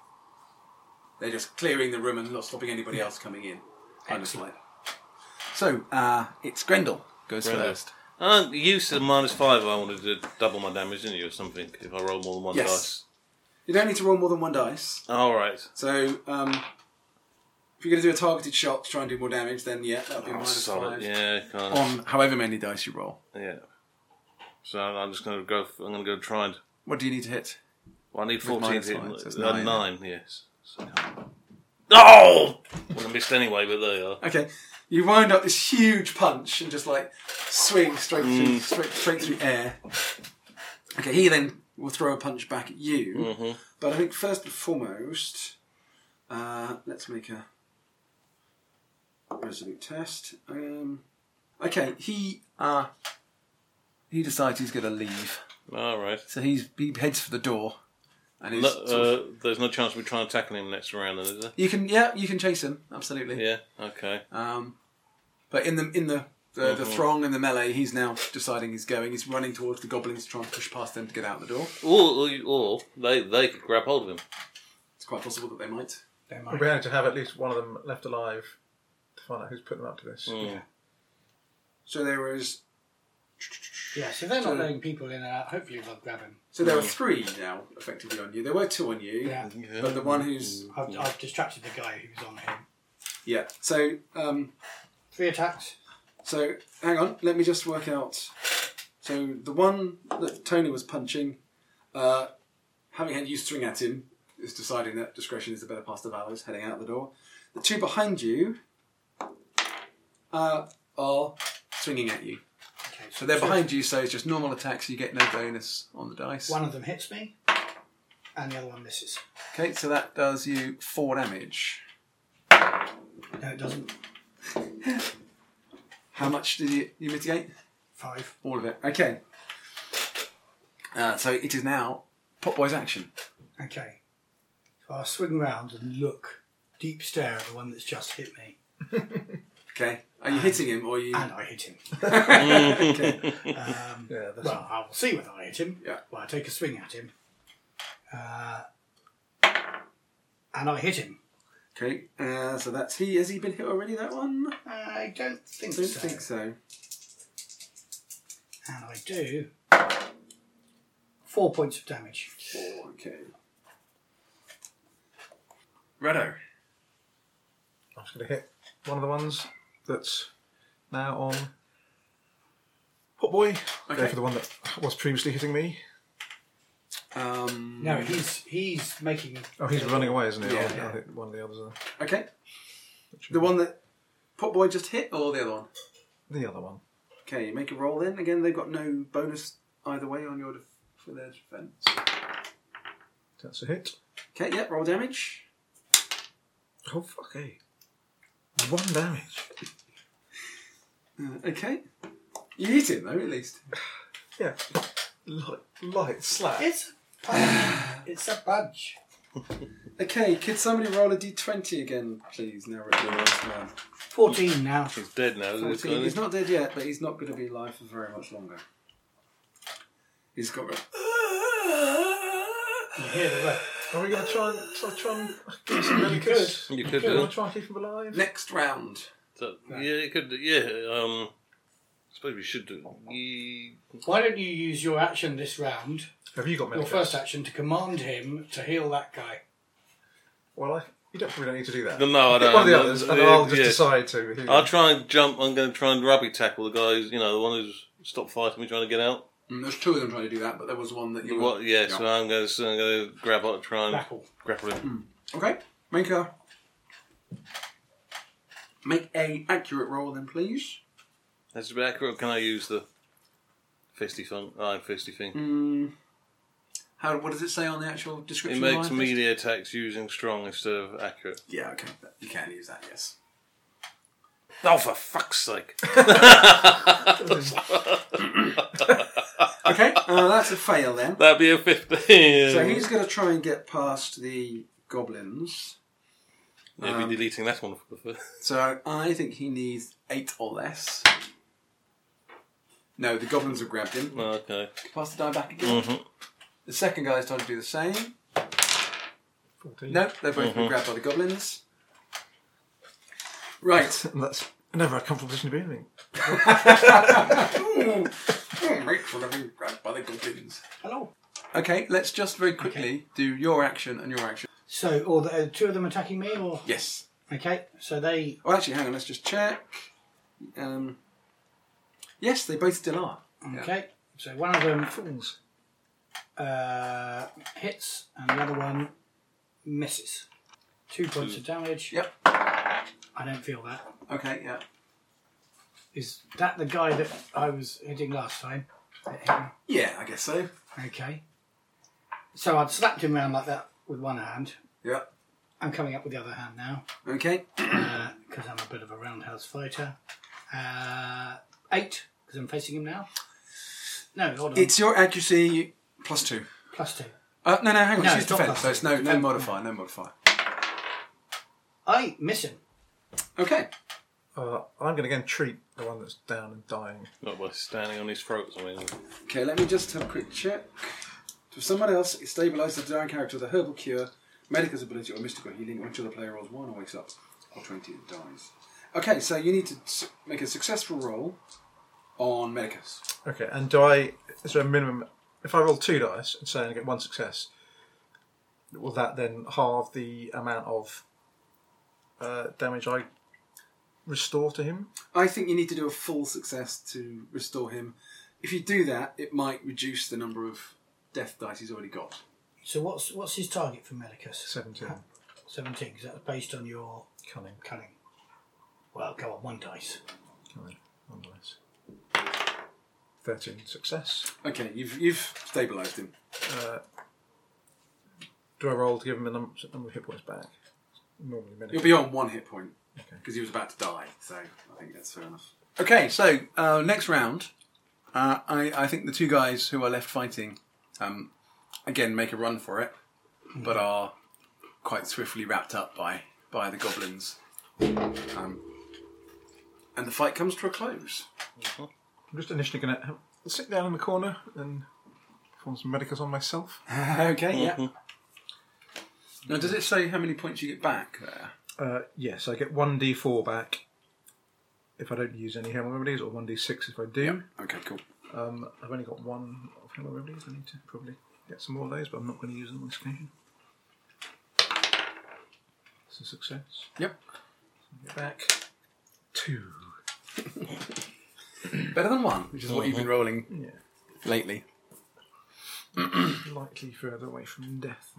[SPEAKER 2] They're just clearing the room and not stopping anybody else coming in. Kind of like. So uh, it's Grendel goes
[SPEAKER 4] Grendel.
[SPEAKER 2] first.
[SPEAKER 4] Uh, you said minus five. I wanted to double my damage, didn't you, or something? If I roll more than one
[SPEAKER 2] Yes.
[SPEAKER 4] dice.
[SPEAKER 2] You don't need to roll more than one dice.
[SPEAKER 4] All right.
[SPEAKER 2] So um, if you're going to do a targeted shot to try and do more damage, then yeah, that'll be minus
[SPEAKER 4] Oh, Solid.
[SPEAKER 2] five
[SPEAKER 4] Yeah, kind of.
[SPEAKER 2] on however many dice you roll.
[SPEAKER 4] Yeah. So I'm just going to go. I'm going to go try and.
[SPEAKER 2] What do you need to hit?
[SPEAKER 4] Well, I need
[SPEAKER 2] With
[SPEAKER 4] 14
[SPEAKER 2] minus
[SPEAKER 4] to hit.
[SPEAKER 2] nine, so it's
[SPEAKER 4] uh,
[SPEAKER 2] nine,
[SPEAKER 4] nine,
[SPEAKER 2] yeah.
[SPEAKER 4] yes. So, oh! Would have missed anyway, but there you are.
[SPEAKER 2] Okay, you wind up this huge punch and just like swing straight
[SPEAKER 4] Mm.
[SPEAKER 2] through, straight, straight through air. Okay, he then will throw a punch back at you.
[SPEAKER 4] Mm-hmm.
[SPEAKER 2] But I think first and foremost, uh, let's make a resolute test. Um, okay, he uh, he decides he's going to leave,
[SPEAKER 4] All right.
[SPEAKER 2] so he's he heads for the door, and he's.
[SPEAKER 4] No,
[SPEAKER 2] sort of-
[SPEAKER 4] uh, there's no chance we try and tackle him next round, then, is there?
[SPEAKER 2] you can yeah, you can chase him absolutely.
[SPEAKER 4] Yeah. Okay.
[SPEAKER 2] Um, but in the in the the, the throng and the melee, he's now deciding he's going. He's running towards the goblins to try and push past them to get out the door.
[SPEAKER 4] Or, or, or they they could grab hold of him.
[SPEAKER 2] It's quite possible that they might.
[SPEAKER 3] They
[SPEAKER 5] We'll
[SPEAKER 3] might.
[SPEAKER 5] be able to have at least one of them left alive to find out who's putting them up to this.
[SPEAKER 2] So there is.
[SPEAKER 3] Yeah, so they're
[SPEAKER 2] So-
[SPEAKER 3] not letting people in and out. Hopefully they'll grab him.
[SPEAKER 2] So there are three now, effectively on you. There were two on you,
[SPEAKER 3] Yeah,
[SPEAKER 2] but the one who's
[SPEAKER 3] I've, I've distracted the guy who's on him.
[SPEAKER 2] yeah. So um,
[SPEAKER 3] Three attacks.
[SPEAKER 2] so hang on, let me just work out. So the one that Tony was punching, uh, having had you string at him, is deciding that discretion is the better past of valors, heading out the door. The two behind you uh, are swinging at you.
[SPEAKER 3] Okay,
[SPEAKER 2] So they're behind you, so it's just normal attacks. You get no bonus on the dice.
[SPEAKER 3] One of them hits me, and the other one misses.
[SPEAKER 2] Okay, so that does you four damage.
[SPEAKER 3] No, it doesn't.
[SPEAKER 2] How much did you, you mitigate?
[SPEAKER 3] Five.
[SPEAKER 2] All of it. Okay. Uh, so it is now Potboy's action.
[SPEAKER 3] Okay. So I'll swing round and look, deep stare at the one that's just hit me,
[SPEAKER 2] Okay. Are you hitting him or are you?
[SPEAKER 3] and I hit him.
[SPEAKER 2] Okay.
[SPEAKER 3] Um,
[SPEAKER 5] Yeah, that's
[SPEAKER 3] well, I will see whether I hit him.
[SPEAKER 2] Yeah.
[SPEAKER 3] Well, I take a swing at him. Uh, and I hit him.
[SPEAKER 2] okay. Uh, so that's he. Has he been hit already? That one?
[SPEAKER 3] I don't think
[SPEAKER 2] Don't
[SPEAKER 3] so.
[SPEAKER 2] think so.
[SPEAKER 3] And I do. Four points of damage.
[SPEAKER 2] Four. Oh, Okay. Redo.
[SPEAKER 5] I'm just going to hit one of the ones that's now on Hot Boy. Go
[SPEAKER 2] Okay.
[SPEAKER 5] for the one that was previously hitting me.
[SPEAKER 2] Um,
[SPEAKER 3] No, he's he's making.
[SPEAKER 5] Oh, he's running away, isn't he?
[SPEAKER 2] Yeah.
[SPEAKER 5] I'll, I'll hit one of the others. uh,
[SPEAKER 2] Okay. The one that Potboy just hit or the other one?
[SPEAKER 5] The other one.
[SPEAKER 2] Okay, make a roll then. Again, they've got no bonus either way on your def- for their defense.
[SPEAKER 5] That's a hit.
[SPEAKER 2] Okay, yeah, roll damage.
[SPEAKER 5] Oh, fuck, hey. One damage.
[SPEAKER 2] Uh, okay. You hit him though, at least.
[SPEAKER 5] Yeah. Light, light slap.
[SPEAKER 3] It's a budge. it's a budge.
[SPEAKER 2] Okay, could somebody roll a d20 again, please? Now we're at the last man.
[SPEAKER 3] Fourteen now.
[SPEAKER 4] He's dead now. Isn't
[SPEAKER 2] 14.
[SPEAKER 4] he?
[SPEAKER 2] He's not dead yet, but he's not going to be alive for very much longer. He's got.
[SPEAKER 3] You hear the rope.
[SPEAKER 5] Are we going to try and try, try and give him some medicus?
[SPEAKER 4] You could
[SPEAKER 5] Do we
[SPEAKER 4] do.
[SPEAKER 5] want to try and keep him alive?
[SPEAKER 2] Next round.
[SPEAKER 4] So, yeah, you could. Yeah. Um. I suppose we should do. Ye-
[SPEAKER 3] Why don't you use your action this round,
[SPEAKER 5] Have you got
[SPEAKER 3] your
[SPEAKER 5] medicus?
[SPEAKER 3] first action, to command him to heal that guy?
[SPEAKER 5] Well, I, you don't, probably don't need to do that.
[SPEAKER 4] No, I
[SPEAKER 5] Hit
[SPEAKER 4] don't.
[SPEAKER 5] one of the others, and
[SPEAKER 4] Yeah,
[SPEAKER 5] I'll just
[SPEAKER 4] yeah.
[SPEAKER 5] decide to. who-
[SPEAKER 4] I'll try and jump. I'm going to try and rugby tackle the guy who's, you know, the one who's stopped fighting me, trying to get out.
[SPEAKER 2] Mm, there's two of them trying to do that, but there was one that you.
[SPEAKER 4] What?
[SPEAKER 2] Were...
[SPEAKER 4] Yeah, So I'm going to, I'm going to grab up, try and
[SPEAKER 3] Grapple.
[SPEAKER 4] grapple him.
[SPEAKER 5] Hmm.
[SPEAKER 2] Okay, make a. Make a accurate roll then, please.
[SPEAKER 4] That's about accurate. Or can I use the fisty thing? Iron fisty thing.
[SPEAKER 5] Hmm,
[SPEAKER 2] Mm. How? What does it say on the actual
[SPEAKER 4] It
[SPEAKER 2] description? of
[SPEAKER 4] makes
[SPEAKER 2] Iron Fist?
[SPEAKER 4] melee attacks using strong instead of accurate.
[SPEAKER 2] Yeah, okay. You can use that. Yes.
[SPEAKER 4] Oh, for fuck's sake!
[SPEAKER 2] Okay, uh, that's a fail then.
[SPEAKER 4] That'd be a fifteen.
[SPEAKER 2] So he's going to try and get past the goblins.
[SPEAKER 4] Maybe
[SPEAKER 2] um,
[SPEAKER 4] deleting that one. for the first.
[SPEAKER 2] So I think he needs eight or less. No, the goblins have grabbed him.
[SPEAKER 4] okay.
[SPEAKER 2] Pass the die back again.
[SPEAKER 4] Mhm.
[SPEAKER 2] The second guy is trying to do the same.
[SPEAKER 5] 14.
[SPEAKER 2] No, they've both been grabbed by the goblins. Right.
[SPEAKER 5] And that's never a comfortable position to be in. I think.
[SPEAKER 2] Ooh, Right, we're gonna be grabbed by the goblins.
[SPEAKER 3] Hello.
[SPEAKER 2] Okay, let's just very quickly do your action and your action.
[SPEAKER 3] So, or the uh, two of them attacking me, or
[SPEAKER 2] Yes.
[SPEAKER 3] okay. So they
[SPEAKER 2] Oh, actually, hang on. Let's just check. Um, yes, they both still are.
[SPEAKER 3] okay. So one of them falls, uh, hits, and the other one misses. Two points of damage.
[SPEAKER 2] Yep.
[SPEAKER 3] I don't feel that.
[SPEAKER 2] Okay. Yeah.
[SPEAKER 3] Is that the guy that I was hitting last time? That hit me?
[SPEAKER 2] Yeah, I guess so.
[SPEAKER 3] Okay. So I'd slapped him round like that with one hand.
[SPEAKER 2] Yeah.
[SPEAKER 3] I'm coming up with the other hand now
[SPEAKER 2] Okay.
[SPEAKER 3] because I'm a bit of a roundhouse fighter. Uh, eight because I'm facing him now. No, hold on.
[SPEAKER 2] It's your accuracy plus two.
[SPEAKER 3] plus two.
[SPEAKER 2] Uh, no, no, hang on.
[SPEAKER 3] No,
[SPEAKER 2] She's
[SPEAKER 3] it's not
[SPEAKER 2] defense,
[SPEAKER 3] plus
[SPEAKER 2] so it's no, no
[SPEAKER 3] Defense,
[SPEAKER 2] modifier, no modifier.
[SPEAKER 3] I miss him.
[SPEAKER 2] Okay.
[SPEAKER 5] Uh, I'm going to again treat the one that's down and dying.
[SPEAKER 4] Not by standing on his throat or something.
[SPEAKER 2] Okay, let me just have a quick check. To someone else, it stabilizes the dying character with a herbal cure, medical's ability, or mystical healing until the player rolls one or wakes up, or 20 and dies. Okay, so you need to s- make a successful roll on medicus.
[SPEAKER 5] Okay, and do I? Is there a minimum? If I roll two dice and say I only get one success, will that then halve the amount of uh, damage I restore to him?
[SPEAKER 2] I think you need to do a full success to restore him. If you do that, it might reduce the number of death dice he's already got.
[SPEAKER 3] So what's what's his target for Medicus?
[SPEAKER 5] Seventeen.
[SPEAKER 3] Seventeen. Because that was based on your
[SPEAKER 5] Cunning.
[SPEAKER 3] cunning. Well, go on, one dice.
[SPEAKER 5] Cunning. One dice. Thirteen success.
[SPEAKER 2] Okay, you've, you've stabilized him.
[SPEAKER 5] Do I roll to give him a num- number of hit points back? Normally, minimum.
[SPEAKER 2] You'll be on one hit point
[SPEAKER 5] Okay.
[SPEAKER 2] because he was about to die. So I think that's fair enough. Okay, so uh, next round, uh, I, I think the two guys who are left fighting, um, again make a run for it, but are quite swiftly wrapped up by by the goblins, um, and the fight comes to a close.
[SPEAKER 5] I'm just initially going to sit down in the corner and form some medicals on myself.
[SPEAKER 2] okay, yeah. Mm-hmm. Now, does it say how many points you get back there?
[SPEAKER 5] Uh, yes, I get one d4 back if I don't use any healing remedies, or one d6 if I do.
[SPEAKER 2] Okay, cool.
[SPEAKER 5] Um, I've only got one of healing remedies. I need to probably get some more of those, but I'm not going to use them on this occasion. It's a success.
[SPEAKER 2] Yep,
[SPEAKER 5] Get back two.
[SPEAKER 2] better than one, which is what you've been rolling
[SPEAKER 5] Yeah,
[SPEAKER 2] lately.
[SPEAKER 5] slightly further away from death.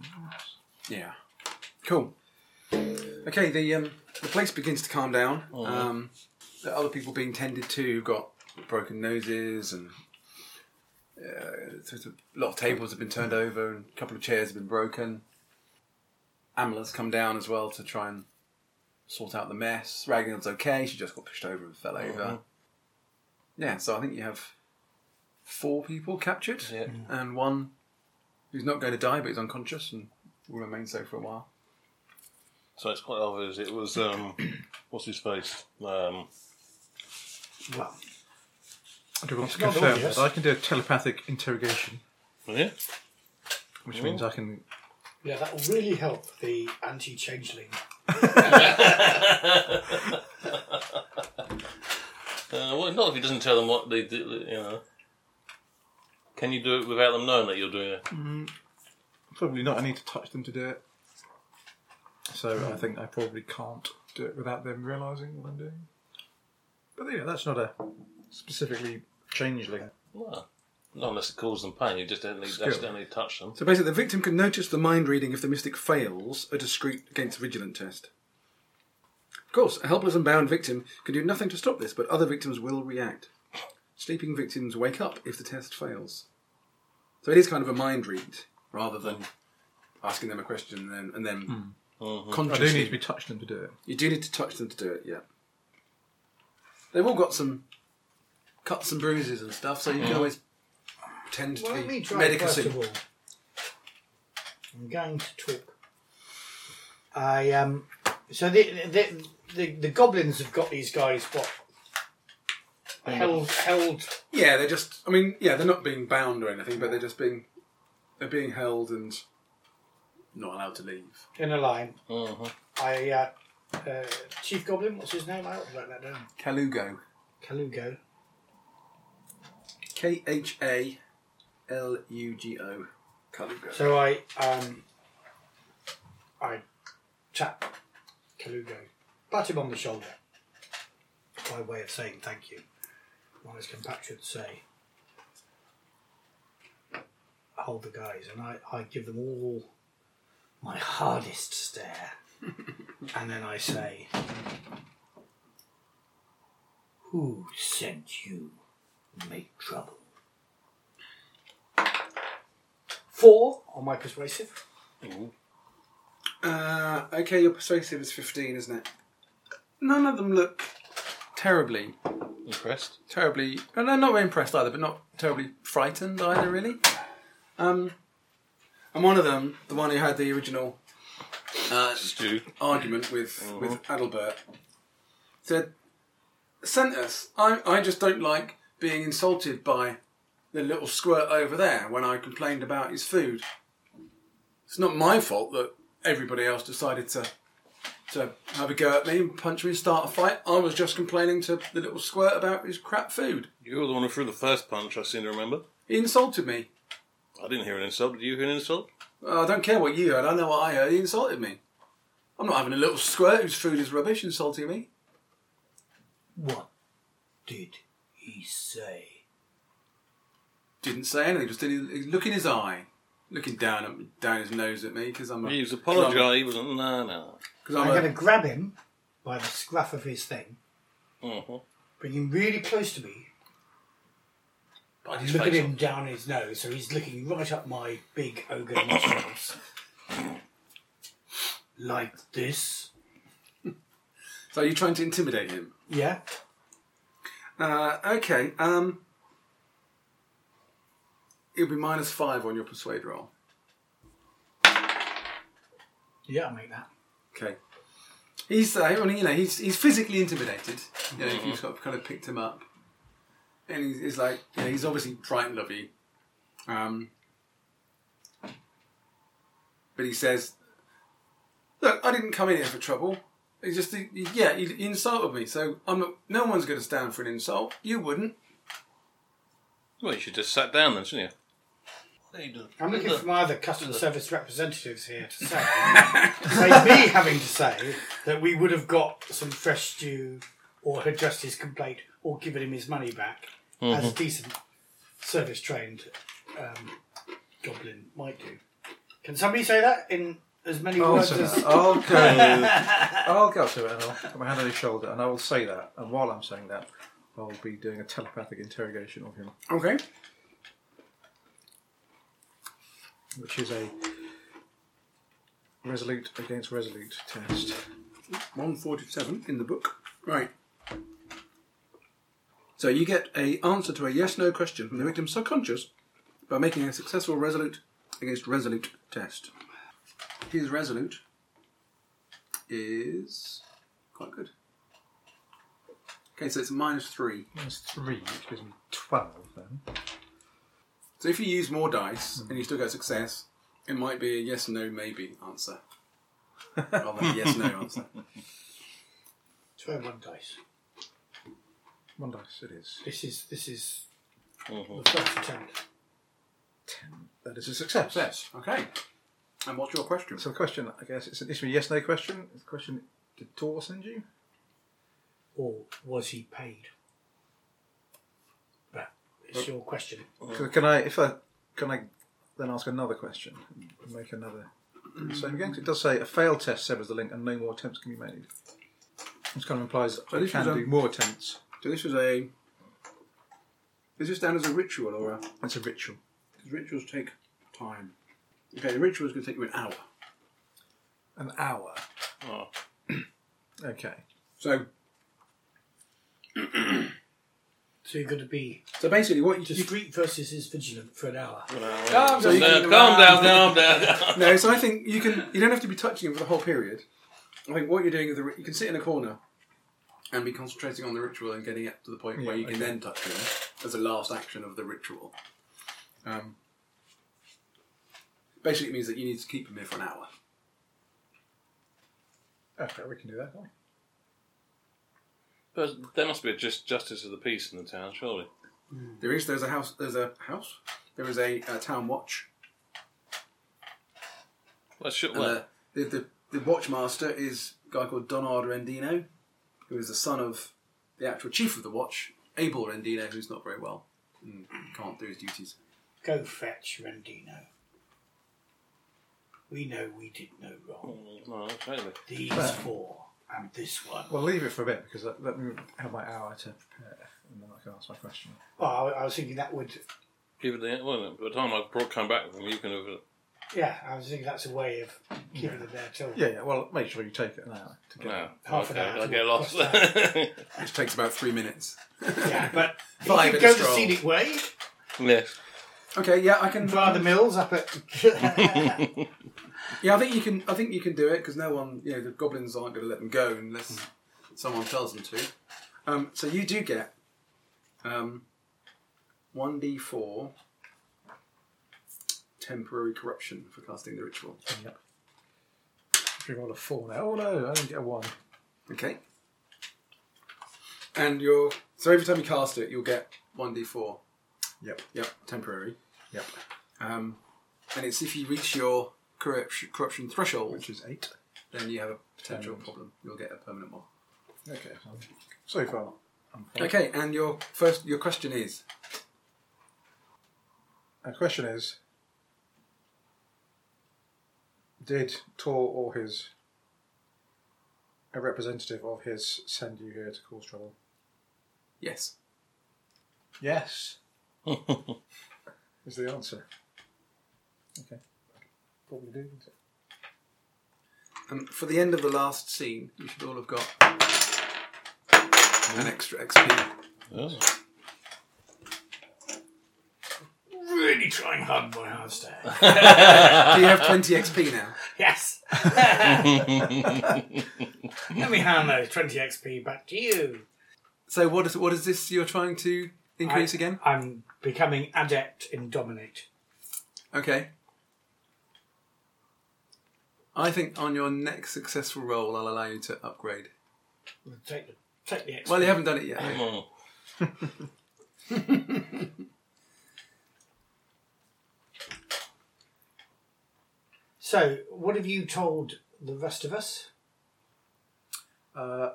[SPEAKER 2] Yeah. Cool. Okay, the um, the place begins to calm down. Um, there are other people being tended to who've got broken noses and uh, sort of- a lot of tables have been turned over and a couple of chairs have been broken. Amla's come down as well to try and sort out the mess. Ragnar's okay, she just got pushed over and fell over. Yeah, so I think you have four people captured
[SPEAKER 4] Yeah.
[SPEAKER 2] and one who's not going to die but is unconscious and will remain so for a while.
[SPEAKER 4] So it's quite obvious. It was um, what's his face? Um,
[SPEAKER 3] Well,
[SPEAKER 5] I do want to
[SPEAKER 3] not
[SPEAKER 5] confirm
[SPEAKER 3] obvious.
[SPEAKER 5] that I can do a telepathic interrogation,
[SPEAKER 4] yeah.
[SPEAKER 5] which means I can
[SPEAKER 3] yeah, that will really help the anti-changeling.
[SPEAKER 4] Uh, well, not if he doesn't tell them what they did. You know. Can you do it without them knowing that you're doing it?
[SPEAKER 5] Probably not. I need to touch them to do it. So I think I probably can't do it without them realising what I'm doing. But yeah, that's not a specifically changeling.
[SPEAKER 4] No. Not unless it causes them pain. You just don't need, accidentally touch them.
[SPEAKER 2] So basically, the victim can notice the mind reading if the mystic fails a discreet against vigilant test. Of course, a helpless and bound victim can do nothing to stop this, but other victims will react. Sleeping victims wake up if the test fails. So it is kind of a mind read rather than asking them a question and then, and then
[SPEAKER 5] I do need
[SPEAKER 2] consciously.
[SPEAKER 5] to be touching them to do it.
[SPEAKER 2] you do need to touch them to do it, yeah. They've all got some cuts and bruises and stuff, so you can always pretend to
[SPEAKER 3] Well, let me
[SPEAKER 2] be
[SPEAKER 3] try
[SPEAKER 2] medical.
[SPEAKER 3] first of all. I'm going to talk. I um. So the the the, the goblins have got these guys what held held
[SPEAKER 2] Yeah, they're just. I mean, yeah, they're not being bound or anything, but they're just being they're being held and not allowed to leave.
[SPEAKER 3] in a line.
[SPEAKER 4] Mhm.
[SPEAKER 3] I uh, uh, chief goblin. What's his name? I ought to write that down.
[SPEAKER 2] Kalugo.
[SPEAKER 3] Kalugo.
[SPEAKER 2] K H A L U G O.
[SPEAKER 5] Kaluga.
[SPEAKER 3] So I um, I tap Kalugo, pat him on the shoulder by way of saying thank you. While his compatriots say, hold the guys, and I, I give them all my hardest stare. and then I say, Who sent you to make trouble? Four on my persuasive.
[SPEAKER 2] Uh, okay, your persuasive is 15, isn't it? None of them look terribly,
[SPEAKER 4] Impressed?
[SPEAKER 2] terribly. Well, they're not very impressed either, but not terribly frightened either, really. Um, and one of them, the one who had the original uh,
[SPEAKER 4] Stu?
[SPEAKER 2] argument with with Adalbert, said, "Sent us. I I just don't like being insulted by the little squirt over there when I complained about his food. It's not my fault that everybody else decided to." To have a go at me and punch me and start a fight. I was just complaining to the little squirt about his crap food.
[SPEAKER 4] You were the one who threw the first punch, I seem to remember.
[SPEAKER 2] He insulted me.
[SPEAKER 4] I didn't hear an insult. Did you hear an insult?
[SPEAKER 2] I don't care what you heard, I know what I heard. He insulted me. I'm not having a little squirt whose food is rubbish insulting me.
[SPEAKER 3] What did he say?
[SPEAKER 2] didn't say anything. Just did his, look in his eye, looking down at, down his nose at me because I'm a,
[SPEAKER 4] He was apologising. He wasn't. No, no.
[SPEAKER 2] because
[SPEAKER 3] I'm
[SPEAKER 2] I'm,
[SPEAKER 3] going
[SPEAKER 2] a,
[SPEAKER 3] to grab him by the scruff of his thing,
[SPEAKER 4] Mhm.
[SPEAKER 3] bring him really close to me,
[SPEAKER 4] Bite
[SPEAKER 3] and
[SPEAKER 4] his
[SPEAKER 3] look at
[SPEAKER 4] face
[SPEAKER 3] him down his nose, so he's looking right up my big ogre nostrils. like this.
[SPEAKER 2] so you're trying to intimidate him.
[SPEAKER 3] Yeah.
[SPEAKER 2] Uh, okay, um, it'll be minus five on your persuade roll.
[SPEAKER 3] Yeah, I make that.
[SPEAKER 2] Okay, he's uh, I mean, you know he's he's physically intimidated. You know, you've sort of kind of picked him up, and he's, he's like you know, he's obviously frightened of you. Um, but he says, "Look, I didn't come in here for trouble. He just, he- he- yeah, he, he insulted me. So I'm not. No one's going to stand for an insult. You wouldn't.
[SPEAKER 4] Well, you should just sat down then, shouldn't you? What are you doing?
[SPEAKER 3] I'm looking for my other customer service representatives here to say, save me having to say that we would have got some fresh stew or addressed his complaint or given him his money back as a decent service trained um, goblin might do. Can somebody say that in as many
[SPEAKER 2] Oh,
[SPEAKER 5] I'll
[SPEAKER 3] words
[SPEAKER 5] Oh, say
[SPEAKER 3] as.
[SPEAKER 5] that. I'll go. I'll go up to it and I'll put my hand on his shoulder and I will say that. And while I'm saying that, I'll be doing a telepathic interrogation of him,
[SPEAKER 2] Okay.
[SPEAKER 5] which is a resolute against resolute test.
[SPEAKER 2] One forty-seven in the book. Right. So you get a answer to a yes/no question from the victim's subconscious by making a successful resolute against resolute test. His resolute is quite good. Okay, so it's minus three.
[SPEAKER 5] That's three, which gives me twelve. Then
[SPEAKER 2] So if you use more dice and you still get success, it might be a yes, no, maybe answer. Rather than a yes, no answer.
[SPEAKER 3] Throw one dice.
[SPEAKER 5] one dice it is.
[SPEAKER 3] This is this is
[SPEAKER 4] Mhm.
[SPEAKER 3] the first attempt.
[SPEAKER 5] That is a success.
[SPEAKER 2] Success. Okay. And what's your question?
[SPEAKER 5] So the question, I guess, it's an issue yes/no question. It's The question: Did Tor send you?
[SPEAKER 3] Or was he paid? That is your question.
[SPEAKER 5] So Can I, if I, can I, then ask another question? and Make another. Same again. 'Cause It does say a failed test severs the link, and no more attempts can be made. Which kind of implies I
[SPEAKER 2] this
[SPEAKER 5] can
[SPEAKER 2] was,
[SPEAKER 5] do
[SPEAKER 2] um,
[SPEAKER 5] more attempts.
[SPEAKER 2] So this was a. Is this down as a ritual or a?
[SPEAKER 5] It's a ritual.
[SPEAKER 2] Because rituals take time. Okay, the ritual is going to take you an hour.
[SPEAKER 5] An hour.
[SPEAKER 4] Oh.
[SPEAKER 5] Okay.
[SPEAKER 2] So,
[SPEAKER 3] So you're going to be
[SPEAKER 2] so basically, what you just
[SPEAKER 3] discreet versus is vigilant for an hour.
[SPEAKER 2] calm,
[SPEAKER 4] No, calm down, calm down.
[SPEAKER 2] No, so I think you can. You don't have to be touching him for the whole period. I think what you're doing is the, ri- you can sit in a corner and be concentrating on the ritual and getting up to the point where you can then touch him as a last action of the ritual. Um, basically, it means that you need to keep him here for an hour.
[SPEAKER 5] Okay, we can do that. can't we?
[SPEAKER 4] There's- There must be a just justice of the peace in the town, surely.
[SPEAKER 2] There is. There's a house. There's a house. There is a, uh town watch.
[SPEAKER 4] Well, should,
[SPEAKER 2] And
[SPEAKER 4] well,
[SPEAKER 2] uh, the, the, the watchmaster is a guy called Donard Rendino, who is the son of the actual chief of the watch, Abel Rendino, who's not very well and can't do his duties.
[SPEAKER 3] Go fetch Rendino. We know we did no wrong.
[SPEAKER 4] no, totally.
[SPEAKER 3] These four and this one.
[SPEAKER 5] Well, leave it for a bit because let, let me have my hour to prepare and then I can ask my question.
[SPEAKER 3] Well, I, I was thinking that would.
[SPEAKER 4] Give it the end, wasn't it? By the time I brought come back from you can have it.
[SPEAKER 3] Yeah, I was thinking that's a way of keeping it there till.
[SPEAKER 5] Yeah, yeah, well, make sure you take it an hour to get
[SPEAKER 4] No,
[SPEAKER 3] Half an
[SPEAKER 4] okay,
[SPEAKER 3] hour
[SPEAKER 4] I
[SPEAKER 3] to
[SPEAKER 4] get lost.
[SPEAKER 3] cross
[SPEAKER 2] Which takes about three minutes.
[SPEAKER 3] Yeah, but if
[SPEAKER 2] Five
[SPEAKER 3] you
[SPEAKER 2] in a
[SPEAKER 3] go the
[SPEAKER 2] stroll.
[SPEAKER 3] scenic way
[SPEAKER 4] yes.
[SPEAKER 2] Okay, yeah, I can.
[SPEAKER 3] via the mills up at.
[SPEAKER 2] Yeah, I think you can. I think you can do it because no one, you know, the goblins aren't going to let them go unless someone tells them to. Um, so you do get um, one d four temporary corruption for casting the ritual.
[SPEAKER 5] if you want a four now. Oh no, I only get a one.
[SPEAKER 2] Okay. And you're so every time you cast it, you'll get one d four.
[SPEAKER 5] Yep.
[SPEAKER 2] Yep. Temporary.
[SPEAKER 5] Yep.
[SPEAKER 2] Um, and it's if you reach your corruption, corruption threshold,
[SPEAKER 5] Which is eight.
[SPEAKER 2] then you have a potential problem. You'll get a permanent one.
[SPEAKER 5] Okay. so- So far.
[SPEAKER 2] Okay, and your first your question is
[SPEAKER 5] The Uh, question is Did Tor or his a representative of his send you here to cause trouble?
[SPEAKER 2] yes.
[SPEAKER 5] Yes. is the answer. Okay. Probably do. isn't it?
[SPEAKER 2] And Um, for the end of the last scene, you should all have got an extra XP.
[SPEAKER 4] Oh.
[SPEAKER 3] really trying hard my house there.
[SPEAKER 2] Do you have twenty XP now?
[SPEAKER 3] Yes. Let me hand those 20 XP back to you.
[SPEAKER 2] So what is what is this you're trying to increase
[SPEAKER 3] I-
[SPEAKER 2] again?
[SPEAKER 3] I'm becoming adept in dominate.
[SPEAKER 2] Okay. I think on your next successful roll, I'll allow you to upgrade.
[SPEAKER 3] Take the, take the XP.
[SPEAKER 2] Well, you haven't done it yet.
[SPEAKER 4] Oh.
[SPEAKER 3] so, what have you told the rest of us?
[SPEAKER 5] Uh,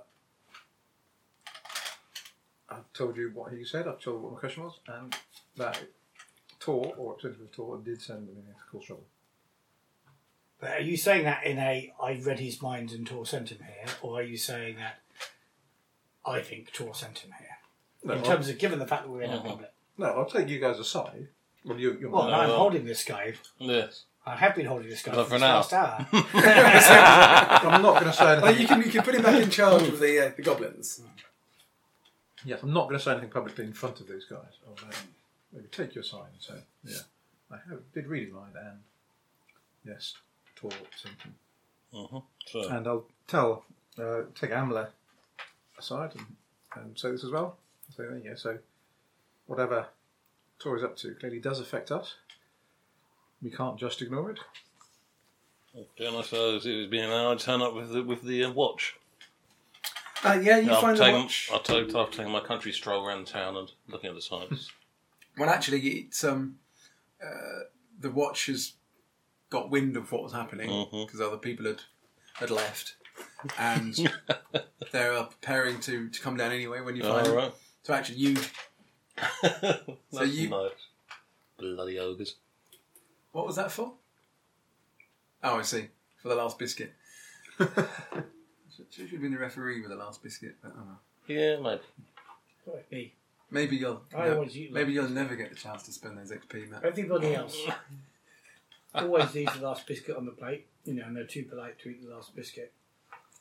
[SPEAKER 5] I've told you what he said, I've told you what my question was, and that Tor or representative of Tor did send them here to cause trouble.
[SPEAKER 3] But Uh, are you saying that in a I read his mind and Tor sent him here, or are you saying that I think Tor sent him here?
[SPEAKER 5] No,
[SPEAKER 3] in
[SPEAKER 5] I-
[SPEAKER 3] terms of given the fact that we're in a
[SPEAKER 4] Oh.
[SPEAKER 3] public.
[SPEAKER 5] No, I'll take you guys aside. Well, you, you're
[SPEAKER 3] Well,
[SPEAKER 5] not-
[SPEAKER 3] I'm
[SPEAKER 4] well.
[SPEAKER 3] holding this guy.
[SPEAKER 4] Yes.
[SPEAKER 3] I have been holding this guy
[SPEAKER 4] Well,
[SPEAKER 3] for
[SPEAKER 4] for
[SPEAKER 3] the
[SPEAKER 4] now.
[SPEAKER 3] last hour.
[SPEAKER 5] I'm not going to say
[SPEAKER 2] Like, you
[SPEAKER 5] anything.
[SPEAKER 2] can you can put him back in charge of the uh, the goblins.
[SPEAKER 5] yes, I'm not going to say anything publicly in front of these guys. I'll um, maybe take your side and say, yeah, I have, did read his mind and yes, Tor something.
[SPEAKER 4] Mm-hmm. So,
[SPEAKER 5] And I'll tell, uh, take Amla aside and, and say this as well. So there you go. So whatever Tor is up to clearly does affect us. We can't just ignore it.
[SPEAKER 4] then I suppose it was being I turn up with the, with the uh, watch.
[SPEAKER 2] Uh, yeah, you
[SPEAKER 4] I've
[SPEAKER 2] find the
[SPEAKER 4] taken-
[SPEAKER 2] watch.
[SPEAKER 4] I've taken, I've taken my country stroll around town and looking at the sights.
[SPEAKER 2] Well, actually, it's um, uh, the watch has got wind of what was happening
[SPEAKER 4] Mm-hmm.
[SPEAKER 2] because other people had had left, and they are preparing to, to come down anyway when you find
[SPEAKER 4] All
[SPEAKER 2] them.
[SPEAKER 4] right.
[SPEAKER 2] So actually, you
[SPEAKER 4] That's
[SPEAKER 2] you-
[SPEAKER 4] nice. Bloody ogres.
[SPEAKER 2] what was that for? Oh, I see. For the last biscuit. Should should have been the referee with the last biscuit. But, oh well.
[SPEAKER 4] Yeah, mate.
[SPEAKER 3] Like me.
[SPEAKER 2] Maybe you'll
[SPEAKER 3] I
[SPEAKER 2] no,
[SPEAKER 3] always eat
[SPEAKER 2] maybe you'll never get the chance to spend those XP, Matt.
[SPEAKER 3] Everybody else always leaves the last biscuit on the plate, you know, and they're too polite to eat the last biscuit.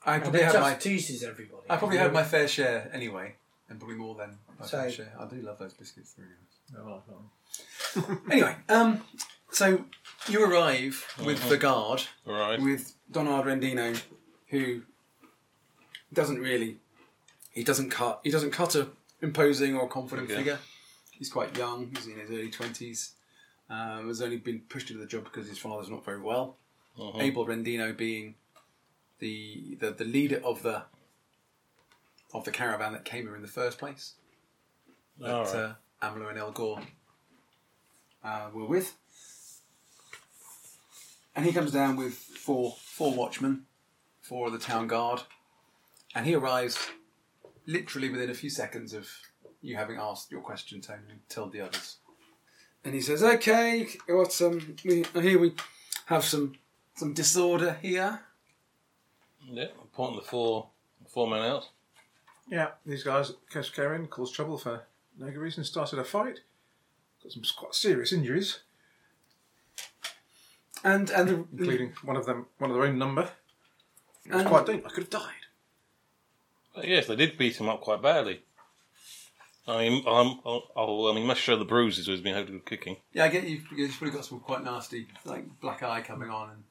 [SPEAKER 2] I
[SPEAKER 3] And
[SPEAKER 2] probably
[SPEAKER 3] it
[SPEAKER 2] have
[SPEAKER 3] just
[SPEAKER 2] my
[SPEAKER 3] teases everybody.
[SPEAKER 2] I probably had my fair share anyway, and probably more than my fair
[SPEAKER 3] So-
[SPEAKER 2] share. I do love those biscuits, they're really nice.
[SPEAKER 5] No, I can't.
[SPEAKER 2] Anyway, um, so you arrive with the guard,
[SPEAKER 4] All right.
[SPEAKER 2] with Donard Rendino, who doesn't really, he doesn't cut, he doesn't cut a imposing or confident
[SPEAKER 4] Okay.
[SPEAKER 2] figure. He's quite young. He's in his early twenties. Um, has only been pushed into the job because his father's not very well.
[SPEAKER 4] Uh-huh.
[SPEAKER 2] Abel Rendino being the, the the leader of the of the caravan that came here in the first place that
[SPEAKER 4] All right.
[SPEAKER 2] uh, Amlo and El Gore uh, were with. And he comes down with four four watchmen, four of the town guard, and he arrives literally within a few seconds of you having asked your question, Tony, and told the others. And he says, "Okay, what? Um, we, I hear we have some some disorder here.
[SPEAKER 4] Yeah, I'm pointing the four four men out.
[SPEAKER 5] Yeah, these guys just came in, caused trouble for no good reason, started a fight, got some quite serious injuries,
[SPEAKER 2] And and the,
[SPEAKER 5] including one of them, one of their own number. It was
[SPEAKER 2] And-
[SPEAKER 5] quite deep. I could have died.
[SPEAKER 4] But yes, they did beat him up quite badly. I mean, I'm, I'll, I'll, I mean, he must show the bruises where he's been holding kicking.
[SPEAKER 2] yeah, I get you. You've probably got some quite nasty like black eye coming on, and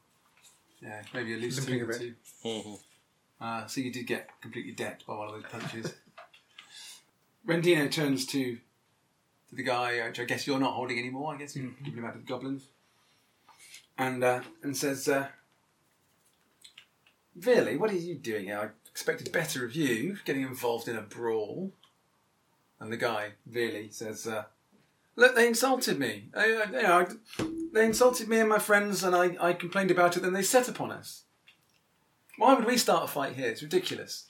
[SPEAKER 2] yeah, maybe a loose
[SPEAKER 5] Limping
[SPEAKER 2] tooth
[SPEAKER 5] a
[SPEAKER 2] or
[SPEAKER 5] bit.
[SPEAKER 2] two.
[SPEAKER 4] Mhm.
[SPEAKER 2] Uh, so you did get completely decked by one of those punches. Rendino turns to to the guy, which I guess you're not holding anymore. I guess you've
[SPEAKER 5] Mm-hmm.
[SPEAKER 2] given him out to the goblins, and uh, and says, uh, "Really, what are you doing here? I expected better of you, getting involved in a brawl." And the guy really says, uh, "Look, they insulted me. I, I- you know, I- they insulted me and my friends, and I, I complained about it. Then they set upon us." Why would we start a fight here? It's ridiculous.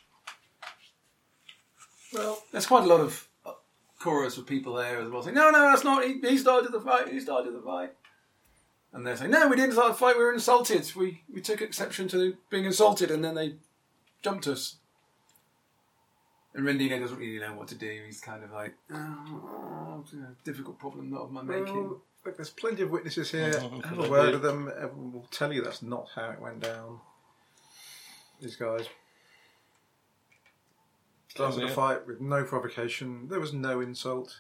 [SPEAKER 2] Well, there's quite a lot of uh, chorus of people there as well saying, no, no, that's not, he, he started the fight, he started the fight. And they're saying, no, we didn't start the fight, we were insulted. We, we took exception to being insulted and then they jumped us. And Rendino doesn't really know what to do. He's kind of like, oh, it's a difficult problem, not of my making.
[SPEAKER 5] Well, look, there's plenty of witnesses here.
[SPEAKER 2] Oh,
[SPEAKER 5] Have a word with them. Everyone will tell you that's not how it went down. These guys started a
[SPEAKER 4] Yeah.
[SPEAKER 5] fight with no provocation. There was no insult.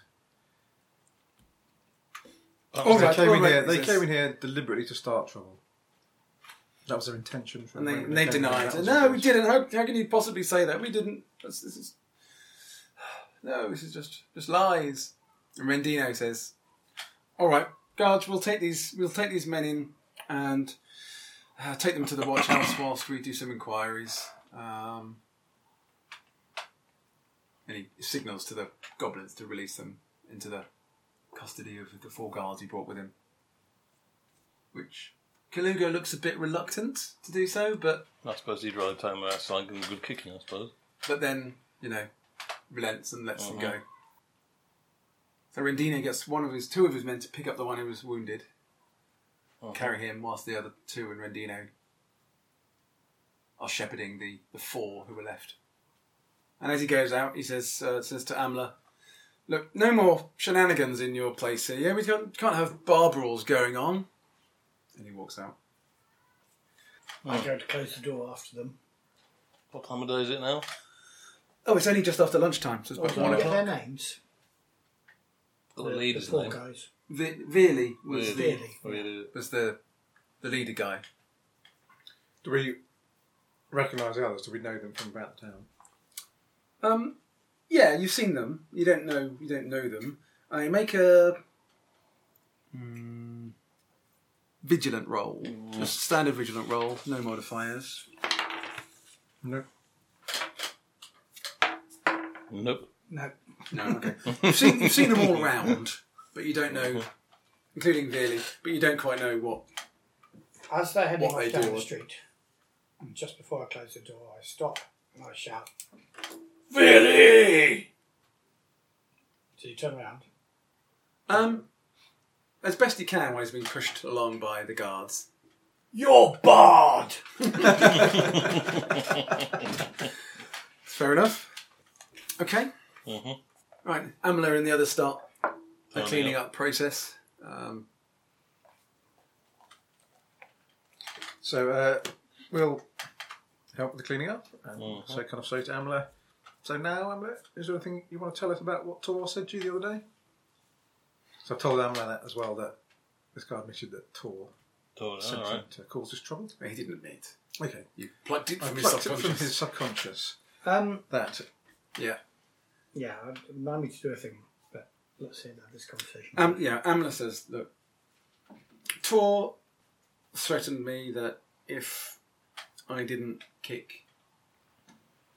[SPEAKER 2] All
[SPEAKER 5] they
[SPEAKER 2] right,
[SPEAKER 5] came
[SPEAKER 2] all
[SPEAKER 5] in
[SPEAKER 2] right,
[SPEAKER 5] here. They
[SPEAKER 2] yes.
[SPEAKER 5] came in here deliberately to start trouble. That was their intention. For
[SPEAKER 2] And they,
[SPEAKER 5] when
[SPEAKER 2] and they
[SPEAKER 5] came in,
[SPEAKER 2] deny
[SPEAKER 5] that
[SPEAKER 2] it.
[SPEAKER 5] was
[SPEAKER 2] No,
[SPEAKER 5] their
[SPEAKER 2] we
[SPEAKER 5] intention.
[SPEAKER 2] didn't. How, how can you possibly say that? We didn't. That's, this is... No, this is just just lies. And Rendino says, "All right, guards, we'll take these. We'll take these men in and uh, take them to the watch house whilst we do some inquiries." Um, and he signals to the goblins to release them into the custody of the four guards he brought with him. Which Kaluga looks a bit reluctant to do so, but
[SPEAKER 4] I suppose he'd rather time outside and good kicking, I suppose.
[SPEAKER 2] but then you know relents and lets them go. So Rendino gets one of his two of his men to pick up the one who was wounded, carry him, whilst the other two and Rendino are shepherding the, the four who were left. And as he goes out, he says uh, says to Amla, "Look, no more shenanigans in your place here. Yeah, we can't, can't have bar brawls going on." And he walks out. Oh.
[SPEAKER 3] I go to close the door after them.
[SPEAKER 4] What time of day is it now?
[SPEAKER 2] Oh, it's only just after lunchtime, so it's
[SPEAKER 3] Oh,
[SPEAKER 2] about
[SPEAKER 3] can
[SPEAKER 2] one
[SPEAKER 3] we get
[SPEAKER 2] o'clock.
[SPEAKER 3] their names?
[SPEAKER 4] The, leader's Oh,
[SPEAKER 3] four
[SPEAKER 4] name.
[SPEAKER 3] guys.
[SPEAKER 2] Vi- Veerley was
[SPEAKER 4] Really?
[SPEAKER 2] the,
[SPEAKER 3] Really?
[SPEAKER 4] Really?
[SPEAKER 2] was the the leader guy.
[SPEAKER 5] Do we recognise the others? Do we know them from about the town?
[SPEAKER 2] Um, yeah, you've seen them. You don't know. You don't know them. I make a Hmm, vigilant roll, just standard vigilant roll, no modifiers.
[SPEAKER 5] No.
[SPEAKER 4] Nope.
[SPEAKER 3] No.
[SPEAKER 2] No, okay. you've seen you've seen them all around, but you don't know, including Veerley, but you don't quite know what.
[SPEAKER 3] As they're heading
[SPEAKER 2] What
[SPEAKER 3] off
[SPEAKER 2] they
[SPEAKER 3] down
[SPEAKER 2] do.
[SPEAKER 3] the street, and just before I close the door, I stop and I shout,
[SPEAKER 2] Veerley.
[SPEAKER 3] So you turn around.
[SPEAKER 2] Um, as best he can, while he's being pushed along by the guards.
[SPEAKER 3] You're barred!
[SPEAKER 2] Fair enough. Okay.
[SPEAKER 4] Mhm.
[SPEAKER 2] Right, Amla and the others start the
[SPEAKER 4] Tidying
[SPEAKER 2] cleaning up process. Um,
[SPEAKER 5] So uh, we'll help with the cleaning up. And So kind of say to Amla. So now, Amla, is there anything you want to tell us about what Tor said to you the other day? So I told Amla that as well that this guy admitted that Tor
[SPEAKER 4] All
[SPEAKER 5] sent him
[SPEAKER 4] right.
[SPEAKER 5] to cause us trouble.
[SPEAKER 2] he didn't admit.
[SPEAKER 5] Okay,
[SPEAKER 2] You plucked it
[SPEAKER 5] I
[SPEAKER 2] from his
[SPEAKER 5] plucked it from
[SPEAKER 2] subconscious.
[SPEAKER 5] his subconscious
[SPEAKER 3] Um,
[SPEAKER 5] that
[SPEAKER 2] Yeah.
[SPEAKER 3] yeah, I'd remind me to do a thing, but let's see now this conversation.
[SPEAKER 2] Um, you know, Amla says, look, Tor threatened me that if I didn't kick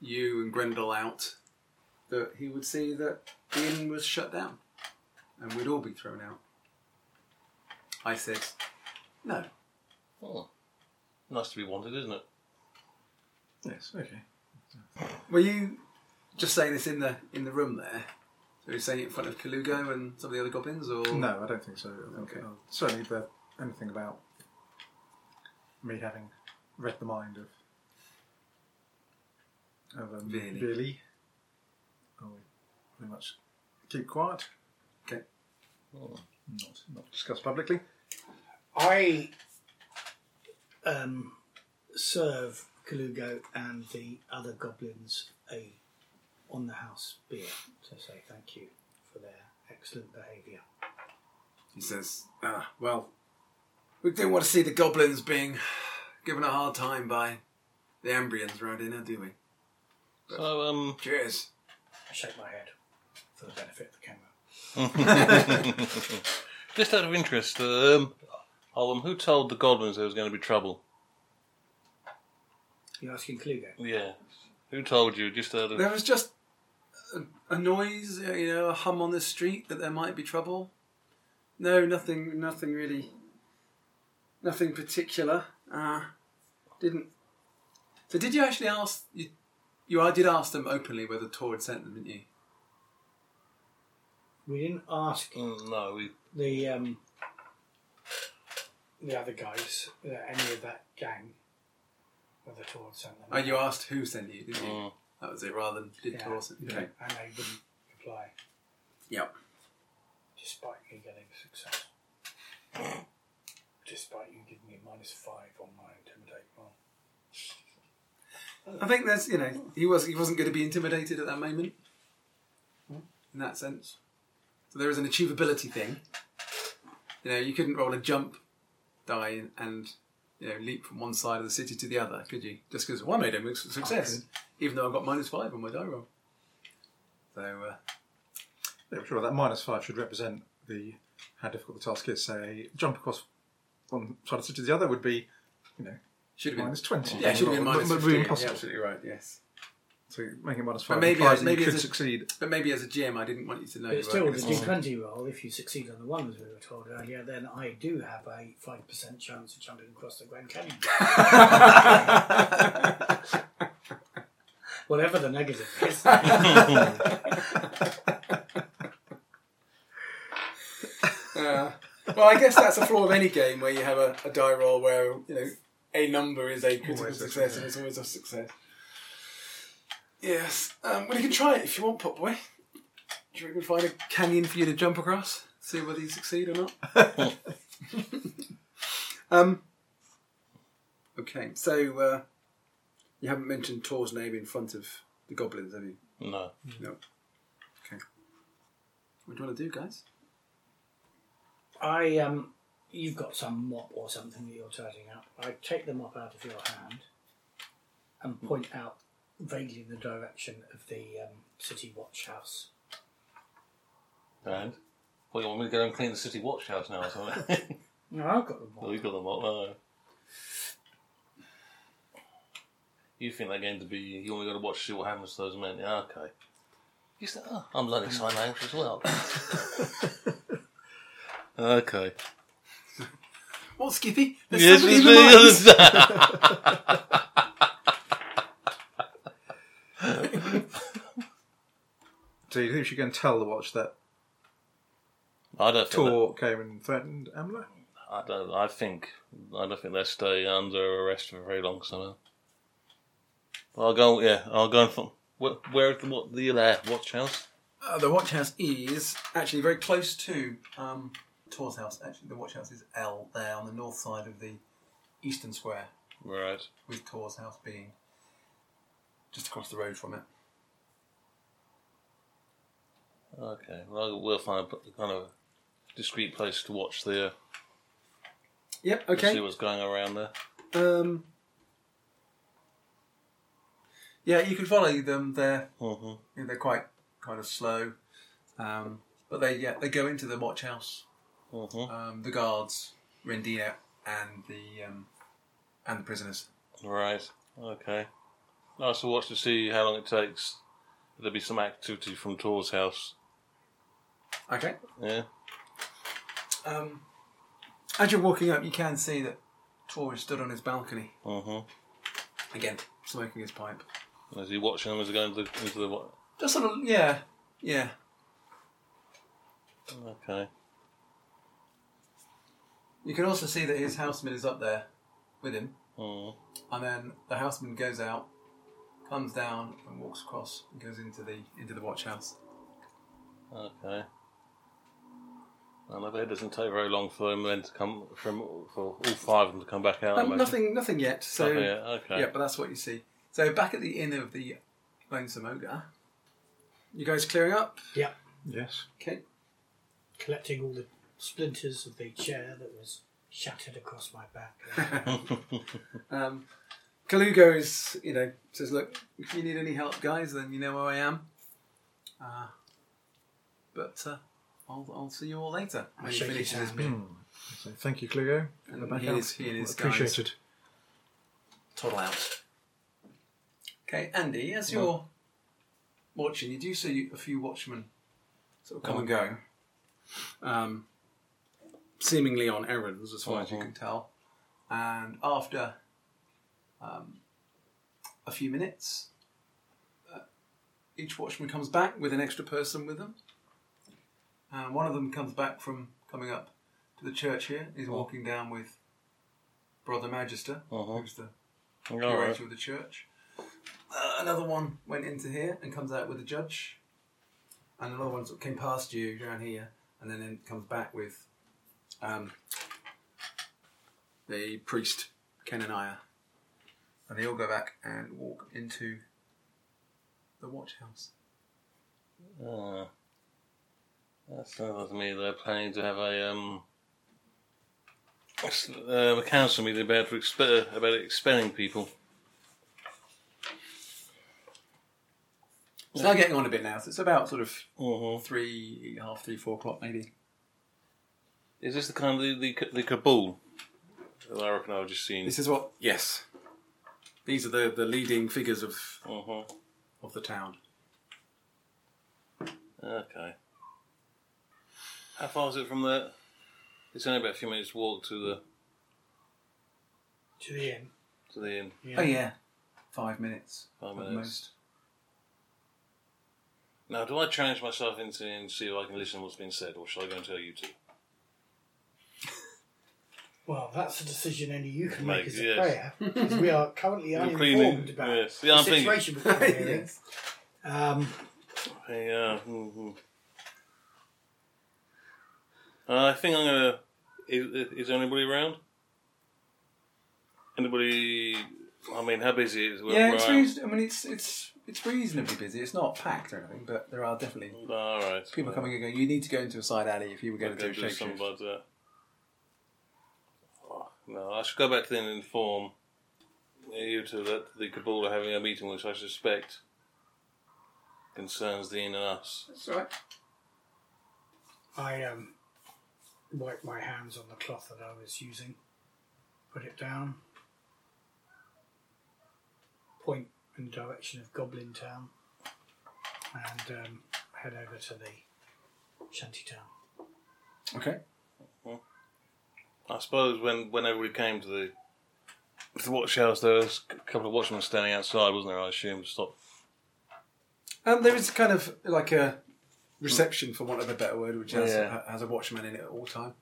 [SPEAKER 2] you and Grendel out, that he would see that the inn was shut down and we'd all be thrown out. I said, no,
[SPEAKER 4] Oh. Nice to be wanted, isn't it?
[SPEAKER 5] Yes, okay.
[SPEAKER 2] Were you just saying this in the in the room there? So you're saying it in front of Kalugo and some of the other goblins, or
[SPEAKER 5] No, I don't think so. I think,
[SPEAKER 2] Okay.
[SPEAKER 5] uh, certainly, the, anything about me having read the mind of of um,
[SPEAKER 2] Really?
[SPEAKER 5] really, I'll pretty much keep quiet.
[SPEAKER 2] Okay.
[SPEAKER 5] Not not discuss publicly.
[SPEAKER 3] I um, serve Kalugo and the other goblins a on the house beer to say thank you for their excellent behaviour.
[SPEAKER 2] He says, ah, well, we didn't want to see the goblins being given a hard time by the Ambrians around here, now, do we?
[SPEAKER 4] So, um,
[SPEAKER 2] Cheers.
[SPEAKER 3] I shake my head for the benefit of the camera.
[SPEAKER 4] just out of interest, um, Olam, who told the goblins there was going to be trouble?
[SPEAKER 3] You asking Kalugo?
[SPEAKER 4] Yeah. Who told you? Just out of.
[SPEAKER 2] There was just a, a noise, uh, you know, a hum on the street that there might be trouble. No, nothing, nothing really, nothing particular. Uh, didn't. So did you actually ask you? You I did ask them openly whether Tor had sent them, didn't you?
[SPEAKER 3] We didn't ask
[SPEAKER 4] Mm, no, we.
[SPEAKER 3] the um, the other guys, uh, any of that gang, whether towards sent them,
[SPEAKER 2] Oh, you asked who sent you, didn't you?
[SPEAKER 4] Mm.
[SPEAKER 2] That was it, rather than did
[SPEAKER 3] Yeah.
[SPEAKER 2] Tor send. you? Okay.
[SPEAKER 3] and they wouldn't reply,
[SPEAKER 2] Yep.
[SPEAKER 3] despite me getting success. despite you giving me minus five on my intimidate roll.
[SPEAKER 2] I think there's, you know, he was he wasn't going to be intimidated at that moment. In that sense, so there is an achievability thing. You know, you couldn't roll a jump die and, and you know leap from one side of the city to the other, could you? Just because well, I made a mix- success, even though I got minus five on my die roll. So uh,
[SPEAKER 5] Yeah, sure. That minus five should represent the how difficult the task is. Say, jump across one side of the city to the other would be, you know,
[SPEAKER 2] should have been
[SPEAKER 5] minus twenty.
[SPEAKER 2] yeah, should have been
[SPEAKER 5] But-
[SPEAKER 2] minus
[SPEAKER 5] but
[SPEAKER 2] fifteen.
[SPEAKER 5] really
[SPEAKER 2] You're
[SPEAKER 5] impossible.
[SPEAKER 2] absolutely right. Yes,
[SPEAKER 5] So making it minus
[SPEAKER 2] But
[SPEAKER 5] five
[SPEAKER 2] maybe-
[SPEAKER 5] implies that
[SPEAKER 2] maybe
[SPEAKER 5] you could
[SPEAKER 2] as a-
[SPEAKER 5] succeed.
[SPEAKER 2] but maybe as a GM, I didn't want you to know.
[SPEAKER 3] But
[SPEAKER 2] you
[SPEAKER 3] it's still,
[SPEAKER 2] weren't
[SPEAKER 3] with the
[SPEAKER 2] gonna succeed.
[SPEAKER 3] D20 roll, if you succeed on the one, as we were told earlier, then I do have a 5% chance of jumping across the Grand Canyon. Whatever the negative is.
[SPEAKER 2] Uh, well, I guess that's a flaw of any game where you have a, a die roll where you know a number is a critical
[SPEAKER 5] Always a
[SPEAKER 2] success and it's always a success. Yes. Um, well, you can try it if you want, Pop Boy. Do you reckon we'll find a canyon for you to jump across? See whether you succeed or not. um. Okay, so uh, you haven't mentioned Tor's name in front of the goblins, have you?
[SPEAKER 4] No.
[SPEAKER 2] What do you want to do, guys?
[SPEAKER 3] I um, you've got some mop or something that you're tidying up. I take the mop out of your hand and point out vaguely the direction of the um, city watch house.
[SPEAKER 4] And? Well, you want me to go and clean the city watch house now or something?
[SPEAKER 3] No, I've got the mop.
[SPEAKER 4] well, you got them up, no. You think they're going to be. You only got to watch to see what happens to those men. Yeah, okay. You said, oh, I'm learning sign language as well. okay.
[SPEAKER 2] Well, Skippy, there's
[SPEAKER 4] Yes,
[SPEAKER 2] somebody in
[SPEAKER 4] it's
[SPEAKER 2] the
[SPEAKER 4] me,
[SPEAKER 2] mines.
[SPEAKER 4] yes.
[SPEAKER 5] So you think she can tell the watch that
[SPEAKER 4] I don't think. that-
[SPEAKER 5] Tor came and threatened Amla?
[SPEAKER 4] I don't. I think. I don't think they'll stay under arrest for very long. Somehow. I'll go. Yeah, I'll go and. fi- Where, where is the what the uh, watch house?
[SPEAKER 2] Uh, the watch house is actually very close to um, Tor's house. Actually, the watch house is L there on the north side of the eastern square,
[SPEAKER 4] Right.
[SPEAKER 2] with Tor's house being just across the road from it.
[SPEAKER 4] Okay. Well, we'll find a p- kind of discreet place to watch the. Uh,
[SPEAKER 2] Yep.
[SPEAKER 4] to See what's going around there.
[SPEAKER 2] Um, yeah, you can follow them there.
[SPEAKER 4] hmm
[SPEAKER 2] You know, they're quite kind of slow, um, but they yeah they go into the watch house.
[SPEAKER 4] hmm
[SPEAKER 2] Um, the guards, Rendina, and the um, and the prisoners.
[SPEAKER 4] Right. Okay. Nice to watch to see how long it takes. There'll be some activity from Tor's house.
[SPEAKER 2] Okay.
[SPEAKER 4] Yeah.
[SPEAKER 2] Um, as you're walking up, you can see that Tor is stood on his balcony,
[SPEAKER 4] Mm-hmm.
[SPEAKER 2] again, smoking his pipe.
[SPEAKER 4] Is he watching them as they go into the, into the what?
[SPEAKER 2] Just sort of, yeah, yeah.
[SPEAKER 4] Okay.
[SPEAKER 2] You can also see that his houseman is up there with him,
[SPEAKER 4] Mm.
[SPEAKER 2] and then the houseman goes out, comes down, and walks across and goes into the into the watch house.
[SPEAKER 4] Okay. Well, I bet it doesn't take very long for them then to come from for all five of them to come back out. I
[SPEAKER 2] Um,
[SPEAKER 4] imagine.
[SPEAKER 2] nothing, nothing yet. So
[SPEAKER 4] Nothing yet, okay.
[SPEAKER 2] yeah, but that's what you see. So back at the inn of the Lonesome Ogre, you guys clearing up?
[SPEAKER 3] Yeah.
[SPEAKER 5] Yes.
[SPEAKER 2] Okay.
[SPEAKER 3] Collecting all the splinters of the chair that was shattered across my back.
[SPEAKER 2] Um, Kalugo is, you know, says, look, if you need any help, guys, then you know where I am. Uh, but uh, I'll, I'll see you all later when he
[SPEAKER 3] shake his
[SPEAKER 2] finishes his
[SPEAKER 3] hand.
[SPEAKER 2] beer.
[SPEAKER 5] So thank you, Cleo.
[SPEAKER 2] And
[SPEAKER 5] Back
[SPEAKER 2] he
[SPEAKER 5] out.
[SPEAKER 2] is, he and his guys
[SPEAKER 5] Appreciated.
[SPEAKER 2] toddle out. Okay, Andy, as you're watching, you do see a few watchmen sort of come and go, um, seemingly on errands, as far as you
[SPEAKER 4] Mhm.
[SPEAKER 2] can tell. And after um, a few minutes, uh, each watchman comes back with an extra person with them. And one of them comes back from coming up to the church here. He's walking down with Brother Magister,
[SPEAKER 4] Mhm.
[SPEAKER 2] who's the
[SPEAKER 4] All
[SPEAKER 2] curator
[SPEAKER 4] right.
[SPEAKER 2] of the church. Uh, another one went into here and comes out with a judge. And another one sort of came past you down here and then, then comes back with um, the priest, Kenaniah. And they all go back and walk into the watch house.
[SPEAKER 4] Ah. that sounds to me they're planning to have a um s- uh, a council meeting about expe- about expelling people.
[SPEAKER 2] It's now getting on a bit now, so it's about sort of
[SPEAKER 4] hmm
[SPEAKER 2] three, half three, four o'clock maybe.
[SPEAKER 4] Is this the kind of the the, ca- the Kabul? that I reckon I've just seen.
[SPEAKER 2] This is what? Yes. These are the, the leading figures of,
[SPEAKER 4] hmm
[SPEAKER 2] of the town.
[SPEAKER 4] Okay. How far is it from there? It's only about a few minutes walk to the
[SPEAKER 3] To the inn.
[SPEAKER 4] to the inn.
[SPEAKER 3] Yeah.
[SPEAKER 2] Oh, yeah. Five minutes.
[SPEAKER 4] Five
[SPEAKER 2] at
[SPEAKER 4] minutes.
[SPEAKER 2] most.
[SPEAKER 4] Now, do I change myself into and see if I can listen to what's being said, or shall I go and tell you two?
[SPEAKER 3] Well, that's a decision only you can
[SPEAKER 4] Make,
[SPEAKER 3] make as a
[SPEAKER 4] yes.
[SPEAKER 3] player. 'cause we are currently
[SPEAKER 4] You're
[SPEAKER 3] uninformed about
[SPEAKER 4] Yes.
[SPEAKER 3] the
[SPEAKER 4] Yeah, I'm thinking.
[SPEAKER 3] situation before the hearing. Um,
[SPEAKER 4] Yeah. hmm Uh, I think I'm gonna. Is, is there anybody around? Anybody? I mean, how busy is it?
[SPEAKER 2] Yeah, it's
[SPEAKER 4] I am?
[SPEAKER 2] reason- I mean, it's it's it's reasonably busy. It's not packed or anything, but there are definitely
[SPEAKER 4] All right.
[SPEAKER 2] people coming and going. You need to go into a side alley if you were going
[SPEAKER 4] Go
[SPEAKER 2] to do a
[SPEAKER 4] do
[SPEAKER 2] shake
[SPEAKER 4] something
[SPEAKER 2] shift.
[SPEAKER 4] like that. Oh, no, I should go back to them and inform you two that the Cabal are having a meeting, which I suspect concerns the inn and us.
[SPEAKER 2] That's all right.
[SPEAKER 3] I um, wiped my hands on the cloth that I was using, put it down, point in the direction of Goblin Town, and um, head over to the Shantytown.
[SPEAKER 2] Okay.
[SPEAKER 4] I suppose when whenever we came to the to the watch house, there was a couple of watchmen standing outside, wasn't there? I assume to stop.
[SPEAKER 2] Um, there is kind of like a reception, for want of a better word, which has,
[SPEAKER 4] Yeah.
[SPEAKER 2] has a watchman in it at all time.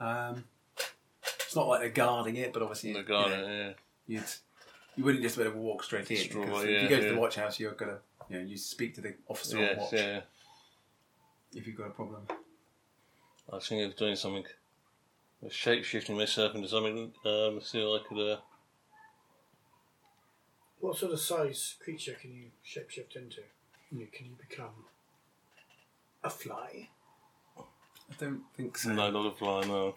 [SPEAKER 2] Um, it's not like they're guarding it, but obviously
[SPEAKER 4] The
[SPEAKER 2] you, know,
[SPEAKER 4] garden, yeah.
[SPEAKER 2] you'd you wouldn't just be able to walk straight in.
[SPEAKER 4] Stroll,
[SPEAKER 2] because
[SPEAKER 4] yeah,
[SPEAKER 2] if you go to
[SPEAKER 4] yeah.
[SPEAKER 2] the watch house, you're gonna you know you speak to the officer on
[SPEAKER 4] Yes,
[SPEAKER 2] watch
[SPEAKER 4] yeah.
[SPEAKER 2] if you've got a problem.
[SPEAKER 4] I was thinking of doing something, shape shifting myself into something, um, see if I could. Uh,
[SPEAKER 3] What sort of size creature can you shapeshift into? Can you, can you become a fly?
[SPEAKER 2] I don't think so.
[SPEAKER 4] no, not a fly, no.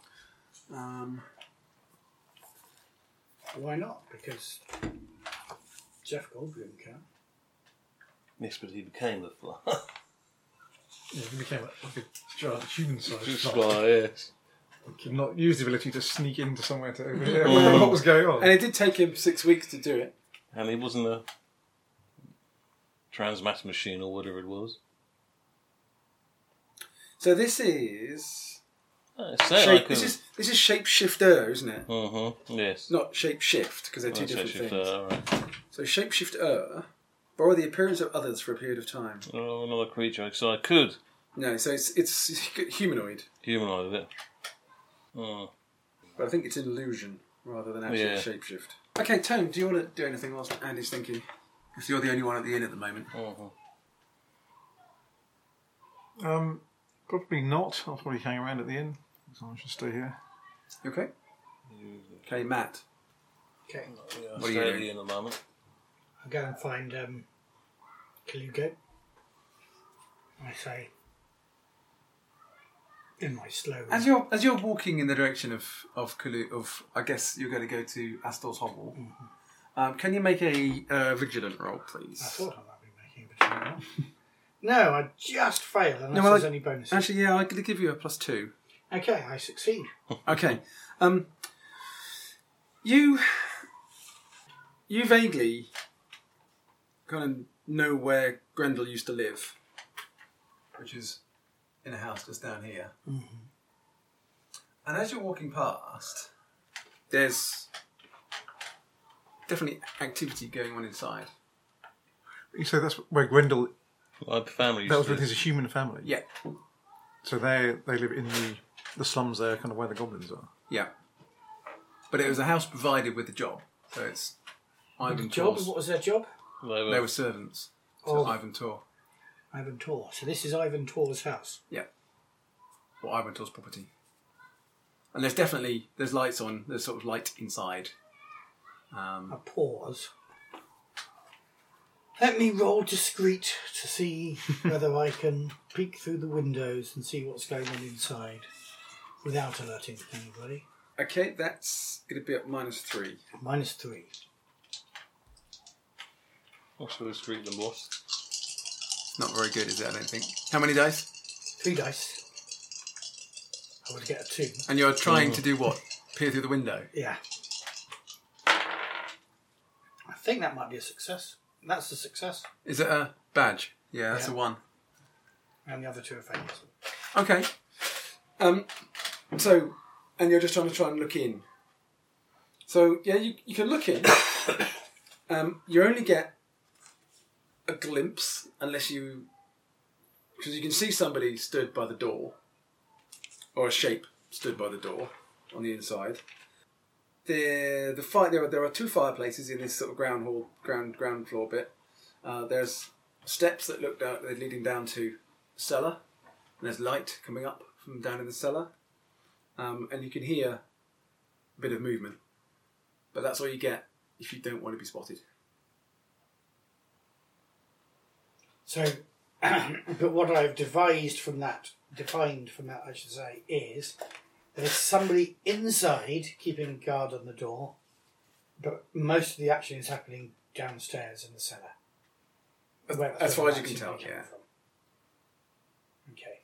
[SPEAKER 2] Um,
[SPEAKER 3] Why not? Because Jeff Goldblum can.
[SPEAKER 4] Yes, but he became the fly.
[SPEAKER 3] Yeah, he became a-
[SPEAKER 5] Like a giant human
[SPEAKER 4] Just
[SPEAKER 5] size.
[SPEAKER 4] fly, yes.
[SPEAKER 5] Not use the ability to sneak into somewhere to overhear what was going on.
[SPEAKER 2] and it did take him six weeks to do it.
[SPEAKER 4] And he wasn't a transmat machine or whatever it was.
[SPEAKER 2] So this is
[SPEAKER 4] It's there,
[SPEAKER 2] Shape,
[SPEAKER 4] like
[SPEAKER 2] this
[SPEAKER 4] a-
[SPEAKER 2] is this is shapeshifter, isn't it?
[SPEAKER 4] Mhm, Yes.
[SPEAKER 2] Not shapeshift because they're two
[SPEAKER 4] That's
[SPEAKER 2] different
[SPEAKER 4] actually
[SPEAKER 2] things.
[SPEAKER 4] fair, all right.
[SPEAKER 2] So shapeshifter, borrow the appearance of others for a period of time.
[SPEAKER 4] Oh, another creature. So I could
[SPEAKER 2] No, so it's it's humanoid,
[SPEAKER 4] humanoid it. Mm.
[SPEAKER 2] but I think it's an illusion rather than actual
[SPEAKER 4] Yeah.
[SPEAKER 2] shapeshift. Okay, Tone, do you want to do anything whilst Andy's thinking?
[SPEAKER 7] Because you're the only one at the inn at the moment.
[SPEAKER 4] mhm.
[SPEAKER 5] Um, probably not. I'll probably hang around at the inn. So I should stay here.
[SPEAKER 2] You Okay. Okay, Matt.
[SPEAKER 3] Okay,
[SPEAKER 4] Yeah,
[SPEAKER 7] What are you
[SPEAKER 4] stay at
[SPEAKER 7] doing?
[SPEAKER 4] the inn at the moment.
[SPEAKER 3] I'll go and find um, Kalugo. I say, in my slow.
[SPEAKER 7] As you're as you're walking in the direction of of Kulu, of I guess you're going to go to Astor's hovel. Um, can you make a uh, vigilant roll,
[SPEAKER 3] I
[SPEAKER 7] please?
[SPEAKER 3] thought I might be making a bit of a noise. No, I just fail unless
[SPEAKER 7] No, well,
[SPEAKER 3] there's
[SPEAKER 7] I-
[SPEAKER 3] any bonuses.
[SPEAKER 7] Actually, yeah, I'm going to give you a plus two.
[SPEAKER 3] okay, I succeed.
[SPEAKER 7] Okay. Um,
[SPEAKER 2] You you vaguely kind of know where Grendel used to live.
[SPEAKER 7] which is in a house just down here.
[SPEAKER 3] Mm-hmm.
[SPEAKER 7] And as you're walking past,
[SPEAKER 2] There's definitely activity going on inside.
[SPEAKER 5] You say that's where Grendel.
[SPEAKER 4] My family used
[SPEAKER 5] That was
[SPEAKER 4] to
[SPEAKER 5] with his human family.
[SPEAKER 2] Yeah,
[SPEAKER 5] So they they live in the the slums there, kind of where the goblins are.
[SPEAKER 7] yeah. But it was a house provided with a job, so it's Ivan
[SPEAKER 3] Job?
[SPEAKER 7] Tor's.
[SPEAKER 3] What was their job?
[SPEAKER 4] They were,
[SPEAKER 7] They were servants to
[SPEAKER 3] Oh.
[SPEAKER 7] Ivan Tor,
[SPEAKER 3] Ivan Tor. So this is Ivan Tor's house.
[SPEAKER 7] or Ivan Tor's property. And there's definitely there's lights on. There's sort of light inside. Um,
[SPEAKER 3] A pause. Let me roll discreet to see whether I can peek through the windows and see what's going on inside without alerting anybody.
[SPEAKER 2] Okay, that's going to be at minus three.
[SPEAKER 3] Minus three.
[SPEAKER 4] What's with the street than boss?
[SPEAKER 7] not very good, is it? I don't think. How many dice?
[SPEAKER 3] Three dice. I would get a two.
[SPEAKER 7] And you're trying to do what? Peer through the window.
[SPEAKER 3] Yeah. I think that might be a success. That's a success.
[SPEAKER 7] Is it a badge? Yeah, that's
[SPEAKER 3] Yeah.
[SPEAKER 7] a one.
[SPEAKER 3] And the other two are failures.
[SPEAKER 7] Okay.
[SPEAKER 2] Um, so, and you're just trying to try and look in. So yeah, you, you can look in. um, you only get a glimpse unless you, because you can see somebody stood by the door, or a shape stood by the door on the inside. The the fire there are, there are two fireplaces in this sort of ground hall ground ground floor bit. Uh, there's steps that look down, they're leading down to cellar and there's light coming up from down in the cellar, um, and you can hear a bit of movement. But that's all you get if you don't want to be spotted.
[SPEAKER 3] So, but what I've devised from that, defined from that, I should say, is there's somebody inside keeping guard on the door, but most of the action is happening downstairs in the cellar. Where-
[SPEAKER 2] as far
[SPEAKER 3] where
[SPEAKER 2] as you can
[SPEAKER 3] the action
[SPEAKER 2] tell,
[SPEAKER 3] came
[SPEAKER 2] yeah.
[SPEAKER 3] from. Okay.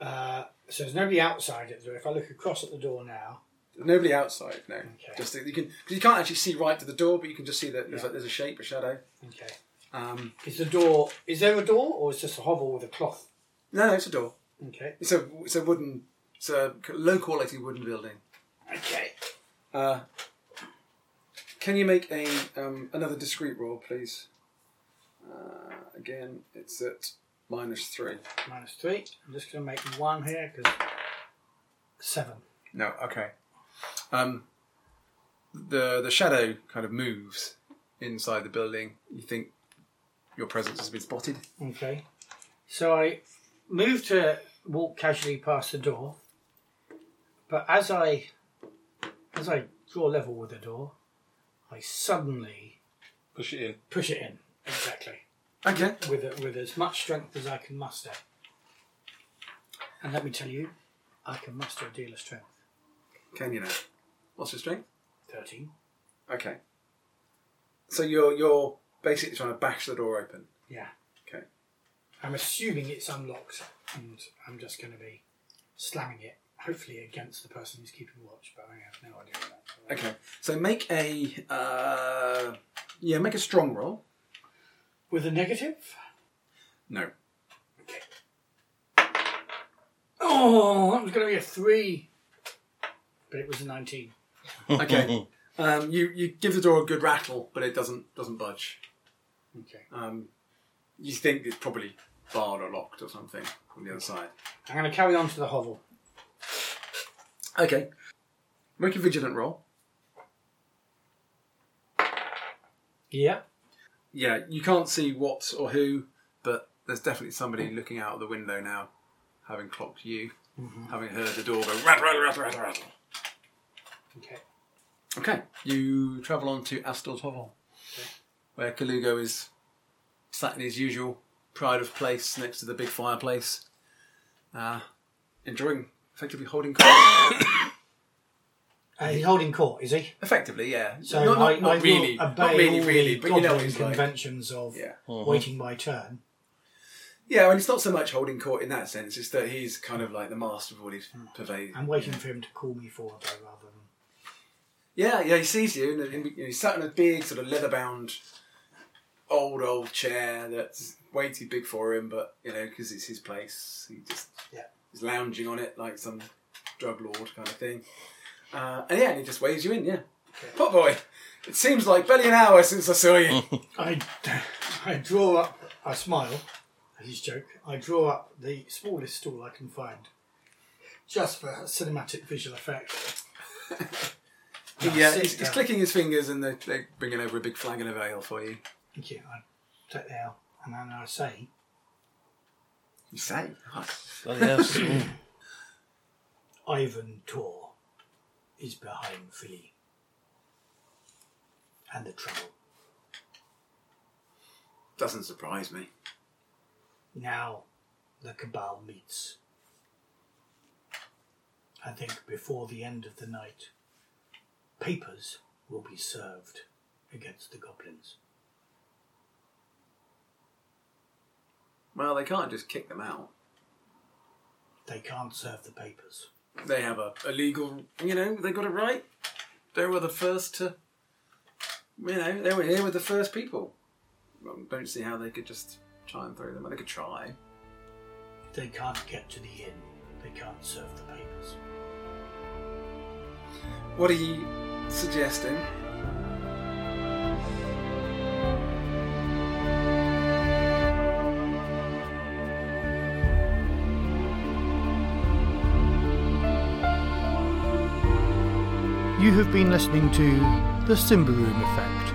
[SPEAKER 3] Uh, so there's nobody outside at the door. If I look across at the door now,
[SPEAKER 2] Nobody outside, no.
[SPEAKER 3] Okay.
[SPEAKER 2] Just that you can because you can't actually see right to the door, but you can just see that there's,
[SPEAKER 3] Yeah.
[SPEAKER 2] like, there's a shape, a shadow.
[SPEAKER 3] okay,
[SPEAKER 2] Um,
[SPEAKER 3] is the door? Is there a door, or is just a hovel with a cloth?
[SPEAKER 2] no, no, it's a door.
[SPEAKER 3] Okay.
[SPEAKER 2] It's a it's a wooden, it's a low quality wooden building.
[SPEAKER 3] Okay.
[SPEAKER 2] Uh, can you make a um, another discreet roll, please? Uh, again, it's at minus three.
[SPEAKER 3] minus three. I'm just going to make one here because seven.
[SPEAKER 7] No, okay. Um, the the shadow kind of moves inside the building. You think your presence has been spotted.
[SPEAKER 3] Okay. So I move to walk casually past the door, but as I as I draw level with the door, I suddenly
[SPEAKER 4] Push it in.
[SPEAKER 3] push it in exactly
[SPEAKER 7] Okay.
[SPEAKER 3] with with as much strength as I can muster. And let me tell you, I can muster a deal of strength.
[SPEAKER 2] Can you now? What's your strength?
[SPEAKER 3] Thirteen.
[SPEAKER 2] Okay. So you're you're basically trying to bash the door open.
[SPEAKER 3] Yeah.
[SPEAKER 2] Okay.
[SPEAKER 3] I'm assuming it's unlocked, and I'm just going to be slamming it, hopefully against the person who's keeping watch. But I have no idea about that.
[SPEAKER 2] Okay. So make a uh, yeah, make a strong roll.
[SPEAKER 3] With a negative.
[SPEAKER 2] No.
[SPEAKER 3] Okay. Oh, that was going to be a three, but it was a nineteen.
[SPEAKER 2] Okay. um, you you give the door a good rattle, but it doesn't doesn't budge.
[SPEAKER 3] Okay.
[SPEAKER 2] Um, you think it's probably barred or locked or something on the other side.
[SPEAKER 3] I'm going to carry on to the hovel.
[SPEAKER 2] Okay. Make a vigilant roll.
[SPEAKER 3] Yeah.
[SPEAKER 2] Yeah, you can't see what or who, but there's definitely somebody looking out of the window now, having clocked you, having heard the door go rattle, rattle, rattle, rattle, rattle.
[SPEAKER 3] Okay.
[SPEAKER 2] Okay, you travel on to Astor's Hovel, where Kalugo is sat in his usual pride of place next to the big fireplace, uh, enjoying, effectively holding court.
[SPEAKER 3] Uh, he's holding court, is he?
[SPEAKER 2] effectively, yeah.
[SPEAKER 3] So
[SPEAKER 2] not, not,
[SPEAKER 3] I,
[SPEAKER 2] not
[SPEAKER 3] I
[SPEAKER 2] really,
[SPEAKER 3] will obey
[SPEAKER 2] not really,
[SPEAKER 3] all
[SPEAKER 2] really,
[SPEAKER 3] the
[SPEAKER 2] but you know what
[SPEAKER 3] dodgy
[SPEAKER 2] he's like.
[SPEAKER 3] conventions of
[SPEAKER 2] Yeah.
[SPEAKER 3] waiting my turn.
[SPEAKER 2] Yeah, and it's not so much holding court in that sense, it's that he's kind of like the master of all he's
[SPEAKER 3] Hmm.
[SPEAKER 2] pervading.
[SPEAKER 3] I'm waiting for him to call me forward, though, rather than
[SPEAKER 2] Yeah, yeah, he sees you, and he- he's sat in a big sort of leather-bound, old old chair that's way too big for him, but you know, because it's his place, he just
[SPEAKER 3] Yeah.
[SPEAKER 2] he's lounging on it like some drug lord kind of thing. Uh, and yeah, and he just waves you in. Yeah, pot boy. It seems like barely an hour since I saw you.
[SPEAKER 3] I, I draw up, I smile at his joke. I draw up the smallest stool I can find, just for cinematic visual effect.
[SPEAKER 2] yeah,
[SPEAKER 3] sit
[SPEAKER 2] uh, he's, he's
[SPEAKER 3] down.
[SPEAKER 2] clicking his fingers, and they're, they're bringing over a big flagon of ale for you.
[SPEAKER 3] Thank you. I take the L and then I say,
[SPEAKER 2] You say?
[SPEAKER 4] Bloody yes.
[SPEAKER 3] Ivan Tor is behind Philly and the trouble.
[SPEAKER 2] Doesn't surprise me.
[SPEAKER 3] Now the cabal meets. I think before the end of the night, papers will be served against the goblins.
[SPEAKER 2] Well, they can't just kick them out.
[SPEAKER 3] They can't serve the papers.
[SPEAKER 2] they have a, a legal, you know, they got it right. They were the first to, you know, they were here with the first people. Well, don't see how they could just try and throw them. out. They could try.
[SPEAKER 3] They can't get to the inn. They can't serve the papers.
[SPEAKER 2] What are you suggesting?
[SPEAKER 1] You have been listening to The Simba Room Effect,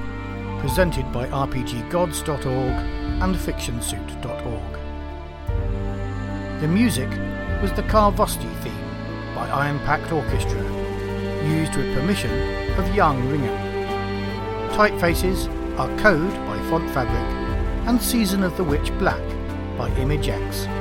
[SPEAKER 1] presented by RPGGods.org and FictionSuit.org. The music was the Carvosti theme by Iron Pact Orchestra, used with permission of Young Ringer. Typefaces are Code by Font Fabric and Season of the Witch Black by ImageX.